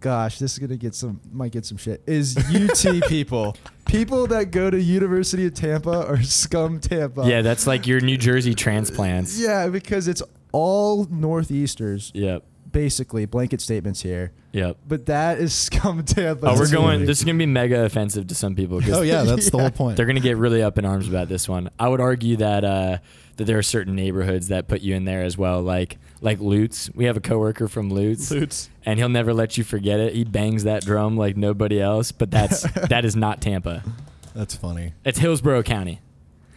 Speaker 5: Gosh, this is gonna get some might get some shit. Is UT people people that go to University of Tampa or scum Tampa?
Speaker 4: yeah that's like your New Jersey transplants
Speaker 5: uh, yeah, because it's all Northeasters.
Speaker 4: yep
Speaker 5: basically blanket statements here,
Speaker 4: yep
Speaker 5: but that is scum Tampa.
Speaker 4: oh we're
Speaker 5: That's
Speaker 4: going
Speaker 5: really-
Speaker 4: this is gonna be mega offensive to some people 'cause
Speaker 1: Oh yeah, that's the whole point.
Speaker 4: They're going to get really up in arms about this one. I would argue that uh, that there are certain neighborhoods that put you in there as well, like like Lutz. We have a coworker from Lutz,
Speaker 3: Lutz.
Speaker 4: and he'll never let you forget it. He bangs that drum like nobody else, but that's that is not Tampa.
Speaker 1: that's funny.
Speaker 4: It's Hillsborough County.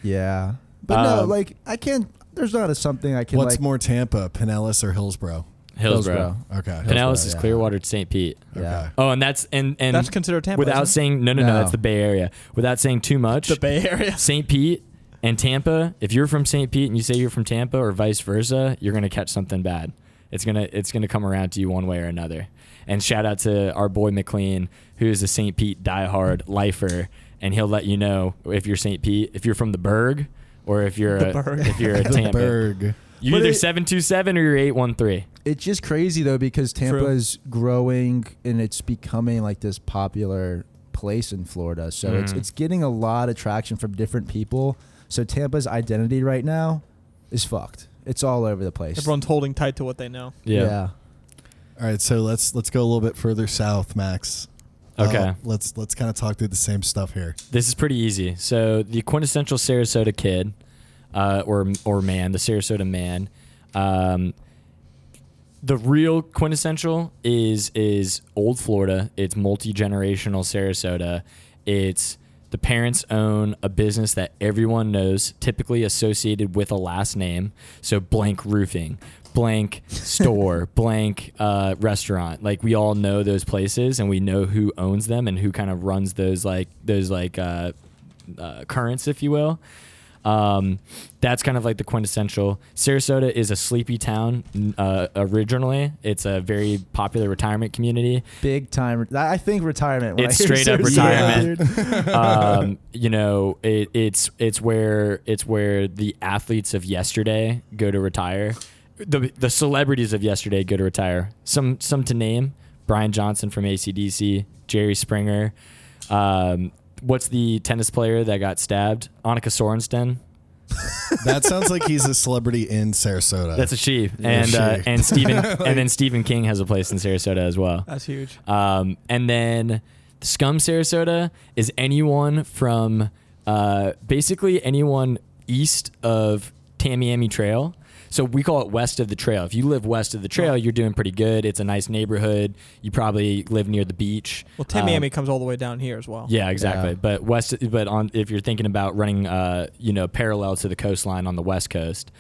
Speaker 5: yeah, but no,
Speaker 4: Um,
Speaker 5: like I can't. There's not a something I can
Speaker 1: What's
Speaker 5: like.
Speaker 1: more Tampa, Pinellas or Hillsborough?
Speaker 4: Hillsborough.
Speaker 1: Okay.
Speaker 4: Pinellas is
Speaker 5: yeah.
Speaker 4: Clearwater to St. Pete.
Speaker 5: Yeah.
Speaker 1: Okay.
Speaker 4: Oh, and that's and and
Speaker 3: That's considered Tampa,
Speaker 4: Without
Speaker 3: isn't it?
Speaker 4: saying no, no, no,
Speaker 5: No.
Speaker 4: that's the Bay Area. Without saying too much,
Speaker 3: the Bay Area.
Speaker 4: St. Pete and Tampa, if you're from St. Pete and you say you're from Tampa or vice versa, you're going to catch something bad. It's going to it's going to come around to you one way or another. And shout out to our boy McLean, who is a St. Pete diehard lifer, and he'll let you know if you're St. Pete, if you're from the Berg or if you're
Speaker 3: The
Speaker 4: a,
Speaker 3: Berg.
Speaker 4: if you're a
Speaker 1: The
Speaker 4: Tampa.
Speaker 1: Berg.
Speaker 4: You're
Speaker 5: But
Speaker 4: either
Speaker 5: it-
Speaker 4: 727 or you're 813.
Speaker 5: It's just crazy though because Tampa
Speaker 3: True.
Speaker 5: is growing and it's becoming like this popular place in Florida. So it's
Speaker 4: Mm.
Speaker 5: it's getting a lot of traction from different people. So Tampa's identity right now is fucked. It's all over the place.
Speaker 3: Everyone's holding tight to what they know.
Speaker 5: yeah.
Speaker 1: All right, so let's let's go a little bit further south, Max. Uh,
Speaker 4: Okay.
Speaker 1: let's let's kind of talk through the same stuff here.
Speaker 4: This is pretty easy. So the quintessential Sarasota kid, uh, or or man, the Sarasota man. Um, the real quintessential is is old Florida. It's multi generational Sarasota. It's the parents own a business that everyone knows, typically associated with a last name. So blank roofing, blank store, blank uh, restaurant. Like we all know those places, and we know who owns them and who kind of runs those like those like uh, uh, currents, if you will. Um, that's kind of like the quintessential. Sarasota is a sleepy town n- uh, originally. It's a very popular retirement community.
Speaker 5: Big time. I I think retirement. when
Speaker 4: It's
Speaker 5: I hear
Speaker 4: straight up
Speaker 5: Sarasota,
Speaker 4: retirement.
Speaker 5: dude.
Speaker 4: um, you know, it, it's it's where it's where the athletes of yesterday go to retire. The the celebrities of yesterday go to retire. Some some to name: Brian Johnson from ACDC, Jerry Springer. Um, what's the tennis player that got stabbed? Annika Sorenstam.
Speaker 1: That sounds like he's a celebrity in Sarasota.
Speaker 4: That's a she. And uh,
Speaker 1: she.
Speaker 4: and Stephen and then Stephen King has a place in Sarasota as well.
Speaker 3: That's huge.
Speaker 4: Um, and then Scum Sarasota is anyone from uh, basically anyone east of Tamiami Trail. So we call it west of the trail. If you live west of the trail, you're doing pretty good. It's a nice neighborhood. You probably live near the beach.
Speaker 3: Well, Tamiami
Speaker 4: Um,
Speaker 3: comes all the way down here as well.
Speaker 4: yeah, exactly.
Speaker 5: Yeah.
Speaker 4: But west, but on if you're thinking about running, uh, you know, parallel to the coastline on the west coast,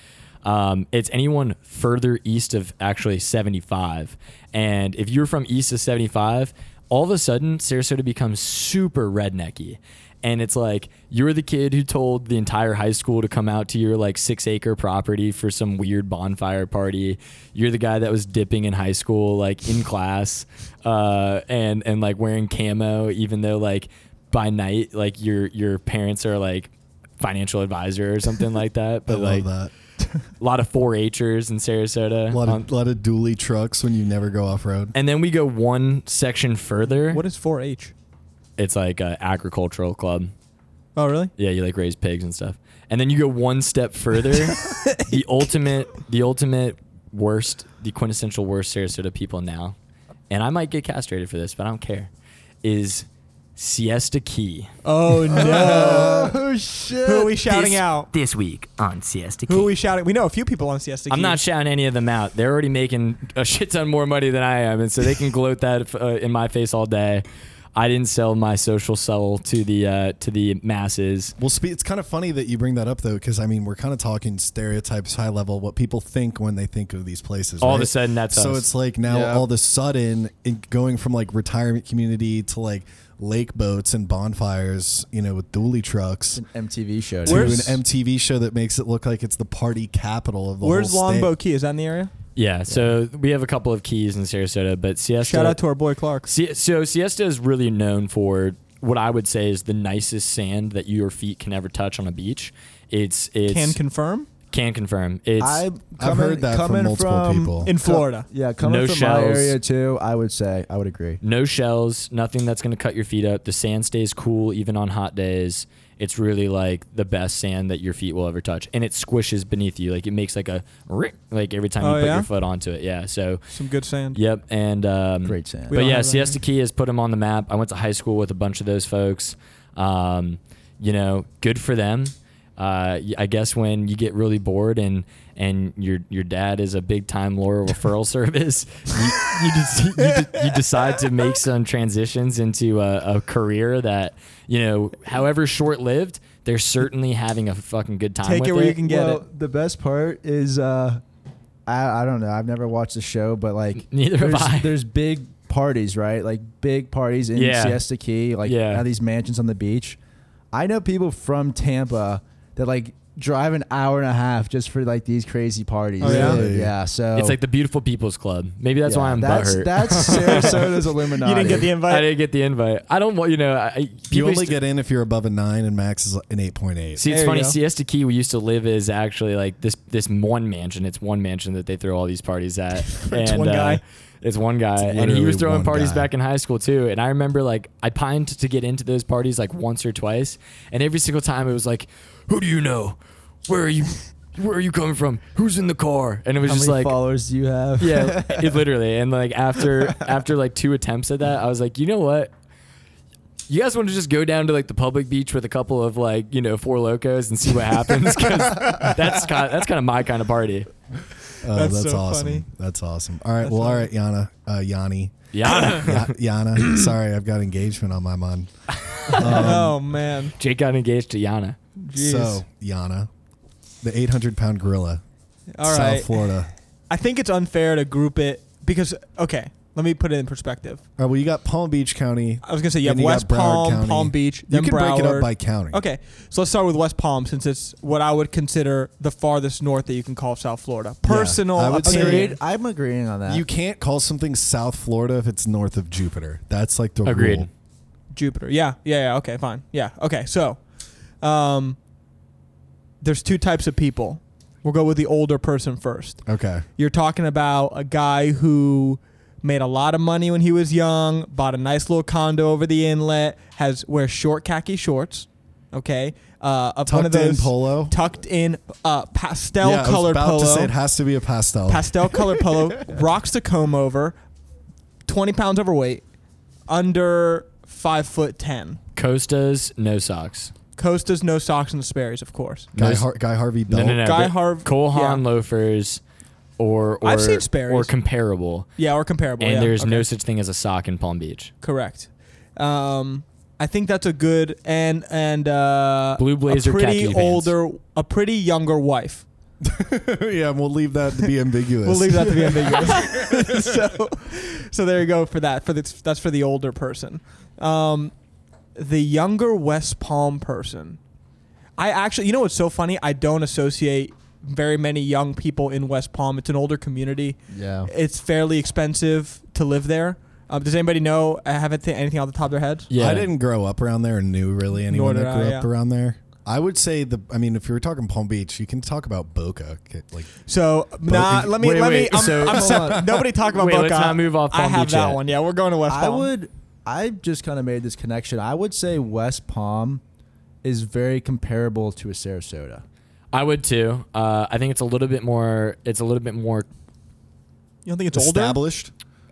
Speaker 4: um, it's anyone further east of actually 75. And if you're from east of 75, all of a sudden Sarasota becomes super rednecky. And it's like you're the kid who told the entire high school to come out to your like six acre property for some weird bonfire party. You're the guy that was dipping in high school, like in class, uh, and and like wearing camo, even though like by night, like your your parents are like financial advisor or something like that.
Speaker 1: I
Speaker 4: But
Speaker 1: love
Speaker 4: like
Speaker 1: that.
Speaker 4: a lot of 4-Hers in Sarasota.
Speaker 1: A lot
Speaker 4: Um,
Speaker 1: of, lot of dually trucks when you never go off road.
Speaker 4: and then we go one section further.
Speaker 3: What is 4-H?
Speaker 4: It's like an agricultural club.
Speaker 3: Oh, really?
Speaker 4: Yeah, you like raise pigs and stuff. And then you go one step further. the ultimate, the ultimate worst, the quintessential worst Sarasota people now, and I might get castrated for this, but I don't care. Is Siesta Key?
Speaker 3: Oh no!
Speaker 5: Oh shit!
Speaker 3: Who are we shouting
Speaker 4: This-
Speaker 3: out?
Speaker 4: this week on Siesta Key?
Speaker 3: Who are we shouting? We know a few people on Siesta.
Speaker 4: I'm
Speaker 3: Key.
Speaker 4: not shouting any of them out. They're already making a shit ton more money than I am, and so they can gloat that uh, in my face all day. I didn't sell my social soul to the uh, to the masses.
Speaker 1: Well, spe- it's kind of funny that you bring that up though, because I mean, we're kind of talking stereotypes, high level, what people think when they think of these places.
Speaker 4: All of
Speaker 1: right?
Speaker 4: a sudden, that's
Speaker 1: so
Speaker 4: us.
Speaker 1: it's like now
Speaker 5: Yeah.
Speaker 1: all of a sudden it, going from like retirement community to like lake boats and bonfires, you know, with dually trucks
Speaker 5: MTV show.
Speaker 1: to an
Speaker 3: Where's-
Speaker 1: MTV show that makes it look like it's the party capital of the
Speaker 3: Where's
Speaker 1: whole state.
Speaker 3: Longbow Key? Is that in the area?
Speaker 4: Yeah, so we have a couple of keys in Sarasota, but Siesta.
Speaker 3: Shout out to our boy Clark.
Speaker 4: Si- so Siesta is really known for what I would say is the nicest sand that your feet can ever touch on a beach. It's it's
Speaker 3: Can confirm
Speaker 4: can confirm. It's
Speaker 5: I
Speaker 1: I've heard that from multiple people.
Speaker 3: in Florida.
Speaker 5: Yeah, coming
Speaker 4: No
Speaker 5: from
Speaker 4: shells.
Speaker 5: my area too, I would say I would agree.
Speaker 4: no shells, nothing that's going to cut your feet up. The sand stays cool even on hot days. It's really like the best sand that your feet will ever touch, and it squishes beneath you. Like it makes like a rick, like every time
Speaker 3: Oh,
Speaker 4: you put
Speaker 3: yeah?
Speaker 4: your foot onto it. Yeah. So
Speaker 3: Some good sand.
Speaker 4: Yep, and um,
Speaker 5: Great sand. We
Speaker 4: But
Speaker 3: don't
Speaker 4: yeah,
Speaker 3: have that
Speaker 4: Siesta Key has put them on the map. I went to high school with a bunch of those folks. Um, you know, good for them. Uh, y- I guess when you get really bored and and your your dad is a big time lawyer referral service, you you, just, you, de- you decide to make some transitions into a, a career that you know, however short lived, they're certainly having a fucking good time.
Speaker 3: Take
Speaker 4: with
Speaker 3: it where you can get
Speaker 5: well,
Speaker 3: it.
Speaker 5: the best part is uh, I I don't know. I've never watched the show, but like
Speaker 4: Neither have
Speaker 5: there's,
Speaker 4: I.
Speaker 5: There's big parties, right? Like big parties in
Speaker 4: Yeah.
Speaker 5: Siesta Key, like
Speaker 4: Yeah.
Speaker 5: at these mansions on the beach. I know people from Tampa that like drive an hour and a half just for like these crazy parties.
Speaker 3: Oh, yeah?
Speaker 1: Really?
Speaker 5: yeah. So
Speaker 4: It's like the beautiful people's club. Maybe that's
Speaker 5: yeah,
Speaker 4: why I'm
Speaker 5: that's,
Speaker 4: butthurt.
Speaker 5: That's Sarasota's Illuminati.
Speaker 3: You didn't get the
Speaker 4: I
Speaker 3: invite.
Speaker 4: didn't get the invite. I don't want you know. I,
Speaker 1: You
Speaker 4: people
Speaker 1: only
Speaker 4: used to-
Speaker 1: get in if you're above a nine, and max is an eight point eight.
Speaker 4: See, it's
Speaker 3: There you
Speaker 4: funny.
Speaker 3: go.
Speaker 4: Siesta Key, we used to live, is actually like this this one mansion. It's one mansion that they throw all these parties at. and,
Speaker 3: one
Speaker 4: uh,
Speaker 3: guy.
Speaker 4: it's one guy, and he
Speaker 1: literally
Speaker 4: was throwing
Speaker 1: one
Speaker 4: parties
Speaker 1: guy.
Speaker 4: back in high school too. And I remember like I pined to get into those parties like once or twice, and every single time it was like, "Who do you know? Where are you? Where are you coming from? Who's in the car?" And it was
Speaker 5: How
Speaker 4: just
Speaker 5: many
Speaker 4: like,
Speaker 5: followers do you have?
Speaker 4: yeah, it literally. And like after after like two attempts at that, I was like, you know what? You guys want to just go down to like the public beach with a couple of like you know four locos and see what happens because that's kind that's kind of my kind of party.
Speaker 1: Oh,
Speaker 3: That's
Speaker 1: that's,
Speaker 3: so
Speaker 1: awesome.
Speaker 3: funny.
Speaker 1: That's awesome. All right. well, all right, Yana, uh, Yanni,
Speaker 4: Yeah,
Speaker 1: Ya- Yana. sorry, I've got engagement on my mind. Um,
Speaker 3: oh man.
Speaker 4: Jake got engaged to Yana.
Speaker 3: Jeez.
Speaker 1: So Yana, the 800 pound gorilla,
Speaker 3: All
Speaker 1: South
Speaker 3: right.
Speaker 1: Florida.
Speaker 3: I think it's unfair to group it because okay, let me put it in perspective.
Speaker 1: All right, Uh, well, you got Palm Beach County.
Speaker 3: I was gonna say you
Speaker 1: Then
Speaker 3: have
Speaker 1: you got
Speaker 3: West
Speaker 1: Broward
Speaker 3: Palm,
Speaker 1: County.
Speaker 3: Palm Beach,
Speaker 1: You
Speaker 3: then
Speaker 1: can break it up
Speaker 3: Broward.
Speaker 1: by county.
Speaker 3: Okay, so let's start with West Palm since it's what I would consider the farthest north that you can call South Florida. Personal
Speaker 1: I would say-
Speaker 3: opinion.
Speaker 5: Agreed. I'm agreeing on that.
Speaker 1: You can't call something South Florida if it's north of Jupiter. That's like the
Speaker 4: Agreed.
Speaker 1: rule.
Speaker 3: Jupiter. Yeah, yeah, yeah. Okay, fine. Yeah, okay. So, um, there's two types of people. We'll go with the older person first.
Speaker 1: Okay.
Speaker 3: You're talking about a guy who made a lot of money when he was young, bought a nice little condo over the inlet, has wears short khaki shorts. Okay, uh, of one of
Speaker 1: Tucked in
Speaker 3: those-
Speaker 1: polo?
Speaker 3: tucked in uh, pastel
Speaker 1: yeah,
Speaker 3: colored
Speaker 1: I was about
Speaker 3: polo,
Speaker 1: to say it has to be a pastel.
Speaker 3: pastel color polo, rocks the comb over, twenty pounds overweight, under five foot ten.
Speaker 4: Costas, no socks.
Speaker 3: Costas, no socks, and Sperry's, of course.
Speaker 1: Guy,
Speaker 4: No,
Speaker 1: Har- Guy Harvey
Speaker 4: no,
Speaker 1: Belt.
Speaker 4: no, no.
Speaker 3: Guy
Speaker 4: but
Speaker 3: Harv-
Speaker 4: Cole Haan
Speaker 3: yeah.
Speaker 4: loafers, or, or
Speaker 3: I've seen
Speaker 4: or
Speaker 3: Sperry's.
Speaker 4: comparable.
Speaker 3: Yeah, or comparable.
Speaker 4: And
Speaker 3: yeah.
Speaker 4: there's no
Speaker 3: Okay.
Speaker 4: such thing as a sock in Palm Beach.
Speaker 3: correct. Um, I think that's a good and and uh,
Speaker 4: Blue blazer,
Speaker 3: a pretty
Speaker 4: khaki Vans.
Speaker 3: older, a pretty younger wife.
Speaker 1: yeah, and we'll leave that to be ambiguous.
Speaker 3: We'll leave that to be ambiguous. so, so there you go for that. For the, that's for the older person. Um, the younger West Palm person. I actually, you know what's so funny? I don't associate very many young people in West Palm. It's an older community.
Speaker 4: Oh.
Speaker 5: yeah.
Speaker 3: It's fairly expensive to live there. Um, does anybody know? I haven't th- anything off the top of their heads.
Speaker 4: Yeah,
Speaker 1: I didn't grow up around there and knew really anyone
Speaker 3: Nor
Speaker 1: that
Speaker 3: did
Speaker 1: grew
Speaker 3: I,
Speaker 1: up
Speaker 3: yeah.
Speaker 1: around there. I would say the. I mean, if you're talking Palm Beach, you can talk about Boca. okay, Like,
Speaker 3: So nah, let me
Speaker 4: Wait,
Speaker 3: let
Speaker 4: wait,
Speaker 3: me. I'm,
Speaker 4: so-
Speaker 3: I'm
Speaker 4: Hold
Speaker 3: sep-
Speaker 5: on.
Speaker 3: nobody talk about
Speaker 4: Wait,
Speaker 3: Boca.
Speaker 4: let's not move off
Speaker 3: I
Speaker 4: Palm
Speaker 3: have
Speaker 4: Beach
Speaker 3: that
Speaker 4: yet.
Speaker 3: one. Yeah, we're going to West
Speaker 5: I
Speaker 3: Palm.
Speaker 5: would. I just kind of made this connection. I would say West Palm is very comparable to a Sarasota.
Speaker 4: I would too. Uh, I think it's a little bit more. It's a little bit more.
Speaker 3: You don't think it's older?
Speaker 1: established.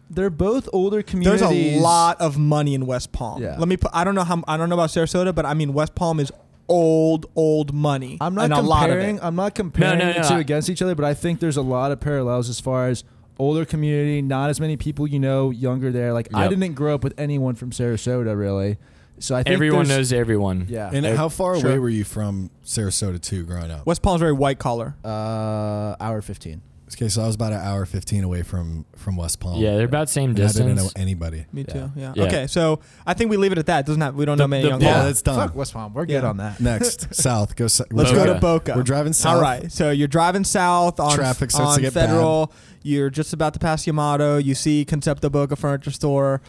Speaker 5: They're both older communities.
Speaker 3: There's a lot of money in West Palm.
Speaker 5: Yeah.
Speaker 3: Let me. Put, I don't know how. I don't know about Sarasota, but I mean West Palm is old, old money.
Speaker 5: I'm not
Speaker 3: and a lot of
Speaker 5: comparing.
Speaker 3: it.
Speaker 5: I'm not comparing
Speaker 4: No, no,
Speaker 5: the
Speaker 4: no,
Speaker 5: two
Speaker 4: I-
Speaker 5: against each other, but I think there's a lot of parallels as far as older community, not as many people you know, younger there. Like I
Speaker 4: Yep.
Speaker 5: didn't grow up with anyone from Sarasota really, so I think
Speaker 4: Everyone
Speaker 5: there's-
Speaker 4: knows everyone.
Speaker 5: Yeah,
Speaker 1: Uh, And how far away
Speaker 3: sure.
Speaker 1: were you from Sarasota too, growing up?
Speaker 3: West Palm's very white collar.
Speaker 5: uh, hour fifteen.
Speaker 1: Okay, so I was about an hour fifteen away from from West Palm.
Speaker 4: Yeah, they're about same
Speaker 1: And I didn't know
Speaker 4: distance.
Speaker 1: anybody.
Speaker 3: Me too. Yeah.
Speaker 4: Yeah.
Speaker 3: Okay, so I think we leave it at that. It doesn't have. We don't know many
Speaker 4: the
Speaker 3: young.
Speaker 4: Palm.
Speaker 1: Yeah,
Speaker 3: people.
Speaker 1: that's done.
Speaker 5: Fuck West Palm. We're good
Speaker 3: Yeah.
Speaker 5: on that.
Speaker 1: Next, south. Go. sou-
Speaker 3: Let's go to
Speaker 4: Boca.
Speaker 3: Boca.
Speaker 1: We're driving south.
Speaker 3: All right. So you're driving south on
Speaker 1: Traffic starts
Speaker 3: on
Speaker 1: to get
Speaker 3: federal. You're just about to pass Yamato. You see Concepto Boca Furniture Store.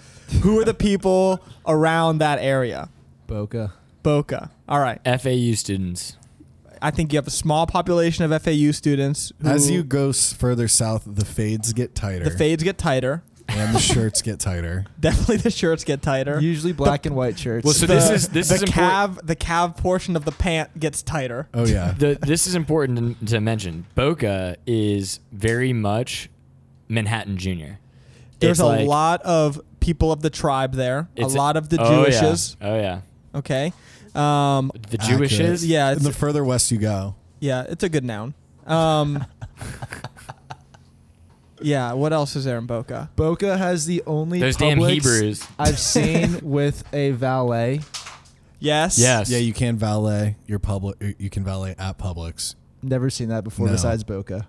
Speaker 3: Who are the people around that area?
Speaker 5: Boca.
Speaker 3: Boca. All right.
Speaker 4: FAU students.
Speaker 3: I think you have a small population of FAU students. Who
Speaker 1: As you go s- further south, the fades get tighter.
Speaker 3: the fades get tighter.
Speaker 1: and the shirts get tighter.
Speaker 3: Definitely the shirts get tighter.
Speaker 5: Usually black and white shirts.
Speaker 4: Well, so
Speaker 3: the,
Speaker 4: this is this
Speaker 3: the
Speaker 4: is important.
Speaker 3: calf the calf portion of the pant gets tighter.
Speaker 1: Oh yeah.
Speaker 4: The, this is important to, to mention. Boca is very much Manhattan Junior.
Speaker 3: There's
Speaker 4: It's
Speaker 3: a
Speaker 4: like-
Speaker 3: lot of people of the tribe there. A
Speaker 4: It's-
Speaker 3: lot of the
Speaker 4: oh, yeah.
Speaker 3: Jewishes.
Speaker 4: Oh yeah.
Speaker 3: Okay. Um,
Speaker 4: The
Speaker 1: Accurate.
Speaker 4: Jewishes.
Speaker 3: yeah,
Speaker 1: And
Speaker 3: it's,
Speaker 1: the further west you go,
Speaker 3: yeah, it's a good noun. Um, yeah, what else is there in Boca?
Speaker 5: Boca has the only
Speaker 4: Those damn
Speaker 5: Publix
Speaker 4: Hebrews.
Speaker 5: I've seen with a valet.
Speaker 3: Yes.
Speaker 4: Yes.
Speaker 1: yeah, you can valet your public. You can valet at Publix,
Speaker 5: Never seen that before
Speaker 1: No.
Speaker 5: besides Boca.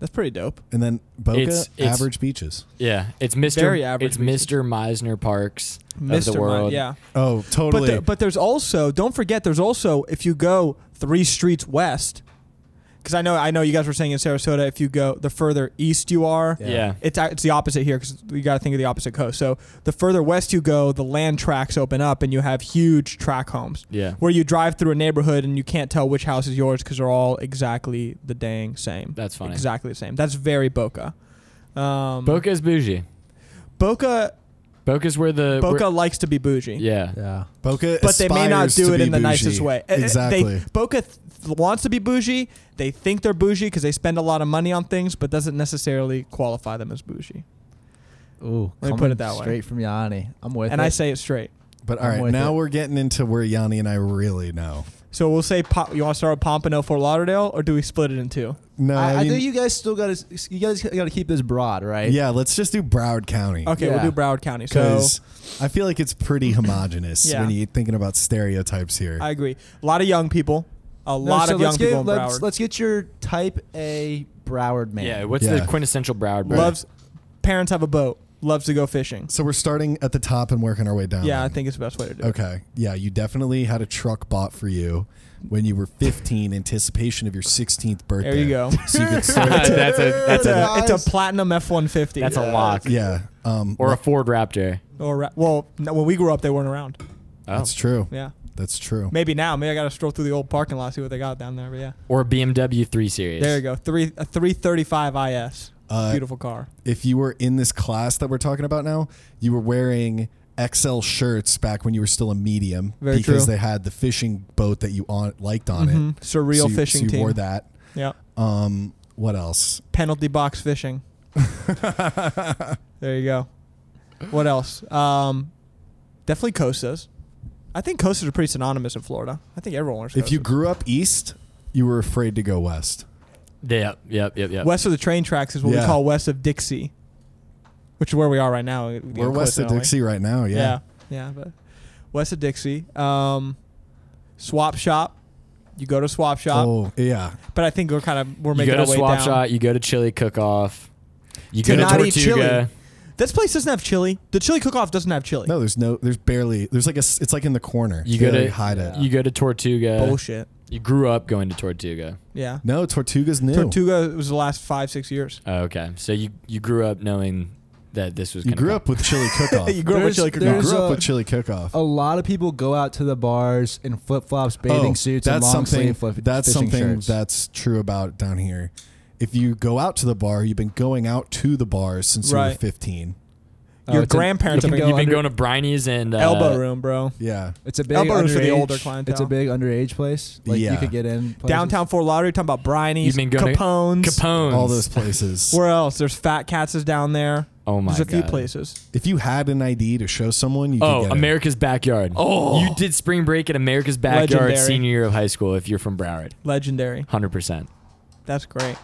Speaker 3: That's pretty dope.
Speaker 1: and then Boca
Speaker 4: It's- it's-
Speaker 1: average beaches.
Speaker 4: Yeah, it's Mr.
Speaker 3: Very average
Speaker 4: it's
Speaker 3: music.
Speaker 4: Mr. Meisner Parks
Speaker 3: Mr.
Speaker 4: of the world.
Speaker 3: Mind, yeah.
Speaker 1: Oh, totally.
Speaker 3: But, the- but there's also don't forget there's also if you go three streets west, because I know I know you guys were saying in Sarasota if you go the further east you are,
Speaker 1: Yeah.
Speaker 4: yeah.
Speaker 3: it's a- it's the opposite here because you got to think of the opposite coast. So the further west you go, the land tracks open up and you have huge track homes.
Speaker 4: Yeah.
Speaker 3: Where you drive through a neighborhood and you can't tell which house is yours because they're all exactly the dang same.
Speaker 4: That's funny.
Speaker 3: Exactly the same. That's very Boca. Um,
Speaker 4: Boca's bougie.
Speaker 3: Boca
Speaker 4: Boca's where the where-
Speaker 3: Boca likes to be bougie.
Speaker 4: yeah.
Speaker 5: Yeah.
Speaker 1: Boca,
Speaker 3: but they may not
Speaker 1: aspires to
Speaker 3: do it
Speaker 1: be
Speaker 3: in the
Speaker 1: bougie.
Speaker 3: nicest way. Uh, uh,
Speaker 1: Exactly.
Speaker 3: They, Boca th- wants to be bougie. They think they're bougie because they spend a lot of money on things, but doesn't necessarily qualify them as bougie.
Speaker 5: Ooh.
Speaker 3: Let me put
Speaker 5: coming
Speaker 3: it that way.
Speaker 5: Straight from Yanni. I'm with
Speaker 3: and
Speaker 5: it.
Speaker 3: I say it straight.
Speaker 1: but all
Speaker 5: I'm
Speaker 1: right,
Speaker 5: with
Speaker 1: now
Speaker 5: it.
Speaker 1: we're getting into where Yanni and I really know.
Speaker 3: So we'll say po- you want to start with Pompano, Fort Lauderdale, or do we split it in two?
Speaker 1: No, I,
Speaker 5: I, I
Speaker 1: mean,
Speaker 5: think you guys still got to you guys got to keep this broad, right?
Speaker 1: yeah, let's just do Broward County.
Speaker 3: Okay,
Speaker 5: Yeah.
Speaker 3: we'll do Broward County. So
Speaker 1: Because I feel like it's pretty homogenous
Speaker 3: Yeah.
Speaker 1: when you're thinking about stereotypes here.
Speaker 3: I agree. A lot of young people. A
Speaker 5: No,
Speaker 3: lot
Speaker 5: so
Speaker 3: of young
Speaker 5: let's get,
Speaker 3: people in
Speaker 5: let's,
Speaker 3: Broward.
Speaker 5: let's get your type A Broward man.
Speaker 4: Yeah, what's
Speaker 1: Yeah.
Speaker 4: the quintessential Broward boy?
Speaker 3: Loves parents have a boat. Loves to go fishing.
Speaker 1: so we're starting at the top and working our way down.
Speaker 3: Yeah, I think it's the best way to do it.
Speaker 1: Okay. Yeah, you definitely had a truck bought for you when you were 15, anticipation of your 16th birthday.
Speaker 3: There you go.
Speaker 1: So you could start.
Speaker 4: that's a that's
Speaker 3: It's
Speaker 4: a
Speaker 3: a, it's a platinum F one fifty.
Speaker 4: that's a lock
Speaker 1: yeah. Um,
Speaker 4: or a Ford Raptor.
Speaker 3: Or ra- well, no, when we grew up, they weren't around.
Speaker 4: Oh.
Speaker 1: that's true.
Speaker 3: Yeah.
Speaker 1: That's true.
Speaker 3: Maybe now. Maybe I gotta stroll through the old parking lot, see what they got down there. But yeah,
Speaker 4: Or a BMW 3 Series.
Speaker 3: there you go. Three a three thirty five IS.
Speaker 1: Uh,
Speaker 3: Beautiful car.
Speaker 1: If you were in this class that we're talking about now, you were wearing XL shirts back when you were still a medium
Speaker 3: Very
Speaker 1: because
Speaker 3: true.
Speaker 1: they had the fishing boat that you on, liked on
Speaker 3: Mhm.
Speaker 1: it.
Speaker 3: Surreal
Speaker 1: So you-
Speaker 3: fishing
Speaker 1: so you
Speaker 3: team.
Speaker 1: wore that.
Speaker 3: Yeah.
Speaker 1: Um, what else?
Speaker 3: Penalty box fishing. There you go. What else? Um, definitely coastas. I think coastas are pretty synonymous in Florida. I think everyone wears.
Speaker 1: if you
Speaker 3: coastas.
Speaker 1: grew up east, you were afraid to go west.
Speaker 4: Yep, yep, yep, yep.
Speaker 3: west of the train tracks is what
Speaker 1: Yeah.
Speaker 3: we call west of Dixie, which is where we are right now.
Speaker 1: We're west of Dixie right now.
Speaker 3: Yeah. yeah, but west of Dixie. Um, swap shop. You go to swap shop,
Speaker 1: Oh, yeah.
Speaker 3: but I think we're kind of we're
Speaker 4: you
Speaker 3: making
Speaker 4: go to
Speaker 3: our way
Speaker 4: Swap
Speaker 3: down.
Speaker 4: Shot, you go to Chili Cook Off, you go to
Speaker 3: Tenati
Speaker 4: Tortuga.
Speaker 3: Chili. This place doesn't have chili. The chili cook-off doesn't have chili.
Speaker 1: No, there's no, there's barely, there's like a, s- it's like in the corner.
Speaker 4: You
Speaker 1: They,
Speaker 4: go to-
Speaker 1: like, hide it.
Speaker 4: You go to Tortuga.
Speaker 3: Bullshit.
Speaker 4: You grew up going to Tortuga.
Speaker 3: Yeah.
Speaker 1: No, Tortuga's new.
Speaker 3: Tortuga was the last five six years.
Speaker 4: Oh, okay. So you you grew up knowing that this was
Speaker 1: You
Speaker 4: gonna
Speaker 1: grew
Speaker 4: come.
Speaker 1: up with chili cook-off.
Speaker 3: You grew up with
Speaker 5: There's-
Speaker 3: chili
Speaker 1: You
Speaker 5: there's
Speaker 3: cook
Speaker 1: grew up
Speaker 5: a-
Speaker 1: with chili cook-off.
Speaker 5: A lot of people go out to the bars in flip flops, bathing
Speaker 1: Oh,
Speaker 5: suits, and long sleeve flip,
Speaker 1: that's
Speaker 5: fishing
Speaker 1: something
Speaker 5: shirts.
Speaker 1: that's true about down here. If you go out to the bar, you've been going out to the bars since you were
Speaker 3: Right. 15.
Speaker 1: 15.
Speaker 5: Oh,
Speaker 3: Your
Speaker 5: it's a-
Speaker 3: grandparents
Speaker 5: you
Speaker 3: have
Speaker 5: can
Speaker 3: been-
Speaker 4: You've been
Speaker 5: under-
Speaker 4: going to Brinies and uh,
Speaker 3: elbow room, bro.
Speaker 1: Yeah.
Speaker 5: It's a big
Speaker 3: Elbow room's for the
Speaker 5: underage-
Speaker 3: older clientele.
Speaker 5: It's a big underage place. Like
Speaker 1: Yeah.
Speaker 5: you could get in places.
Speaker 3: Downtown Fort Lauderdale, talking about Briney's,
Speaker 4: You've been going
Speaker 3: Capone's.
Speaker 4: to Capone's.
Speaker 1: All those places.
Speaker 3: Where else? There's Fat Cats is down there.
Speaker 4: Oh my
Speaker 3: There's a few
Speaker 4: God.
Speaker 3: places.
Speaker 1: if you had an ID to show someone, you could
Speaker 4: Oh,
Speaker 1: get in.
Speaker 4: America's backyard. Oh, you did spring break at America's backyard
Speaker 3: Legendary.
Speaker 4: senior year of high school if you're from Broward,
Speaker 3: Legendary.
Speaker 4: hundred percent.
Speaker 3: That's great.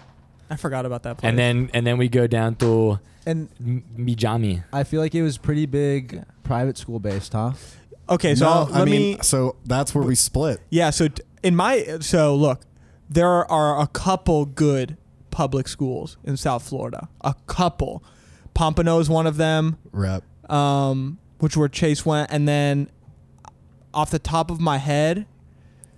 Speaker 3: I forgot about that place.
Speaker 4: And then and then we go down to
Speaker 5: and
Speaker 4: M- Mijami.
Speaker 5: I feel like it was pretty big private school based, huh?
Speaker 3: okay, so
Speaker 1: No,
Speaker 3: I'll- let
Speaker 1: I mean,
Speaker 3: me.
Speaker 1: so that's where we split.
Speaker 3: Yeah, so t- in my so look, there are a couple good public schools in South Florida. A couple. Pompano is one of them,
Speaker 1: Rep.
Speaker 3: um, which where Chase went, and then off the top of my head,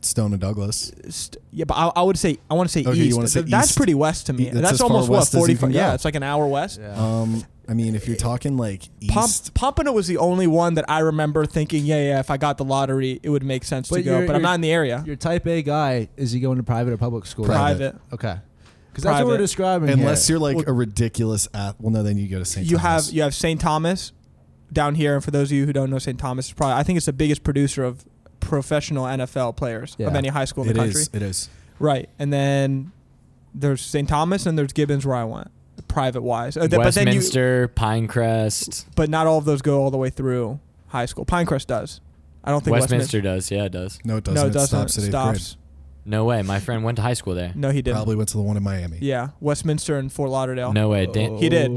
Speaker 1: Stone and Douglas.
Speaker 3: st- yeah, but I, I would say I want to say
Speaker 1: Okay, you
Speaker 3: east.
Speaker 1: wanna say
Speaker 3: Th- that's
Speaker 1: east.
Speaker 3: pretty west to me.
Speaker 1: E- that's
Speaker 3: that's
Speaker 1: as far
Speaker 3: almost what
Speaker 1: west as you
Speaker 3: forty five.
Speaker 1: can go.
Speaker 3: Yeah, it's like an hour west.
Speaker 5: Uh,
Speaker 1: Um, I mean, if you're talking like
Speaker 3: Pomp-
Speaker 1: east,
Speaker 3: Pompano was the only one that I remember thinking, yeah, yeah, if I got the lottery, it would make sense to
Speaker 5: But
Speaker 3: go.
Speaker 5: you're-
Speaker 3: but I'm
Speaker 5: you're-
Speaker 3: not in the area.
Speaker 5: Your type A guy, is he going to private or public school?
Speaker 3: Private.
Speaker 5: Okay. Because that's what we're
Speaker 3: Private.
Speaker 5: describing.
Speaker 1: unless
Speaker 5: here.
Speaker 1: you're like
Speaker 3: Well-
Speaker 1: a ridiculous at. Well, no, then you go to St.
Speaker 3: You
Speaker 1: Thomas.
Speaker 3: have you have St. Thomas down here, and for those of you who don't know, St. Thomas is probably I think it's the biggest producer of professional NFL players of
Speaker 5: Yeah.
Speaker 3: any high school in
Speaker 1: It
Speaker 3: the country.
Speaker 1: is. It is.
Speaker 3: Right, and then there's St. Thomas, and there's Gibbons where I went, private wise. Uh, th- but then you,
Speaker 4: Westminster, Pinecrest.
Speaker 3: but not all of those go all the way through high school. Pinecrest does. I don't think
Speaker 4: Westminster does, yeah, it does.
Speaker 1: No, it doesn't.
Speaker 3: Westminster. No,
Speaker 1: it
Speaker 3: it doesn't.
Speaker 1: stops at eighth
Speaker 3: Stops.
Speaker 4: No way. My friend went to high school there.
Speaker 3: No, he
Speaker 1: grade.
Speaker 3: didn't.
Speaker 1: Probably went to the one in Miami.
Speaker 3: Yeah, Westminster and Fort Lauderdale.
Speaker 4: No way. Dan-
Speaker 1: Oh.
Speaker 3: He did.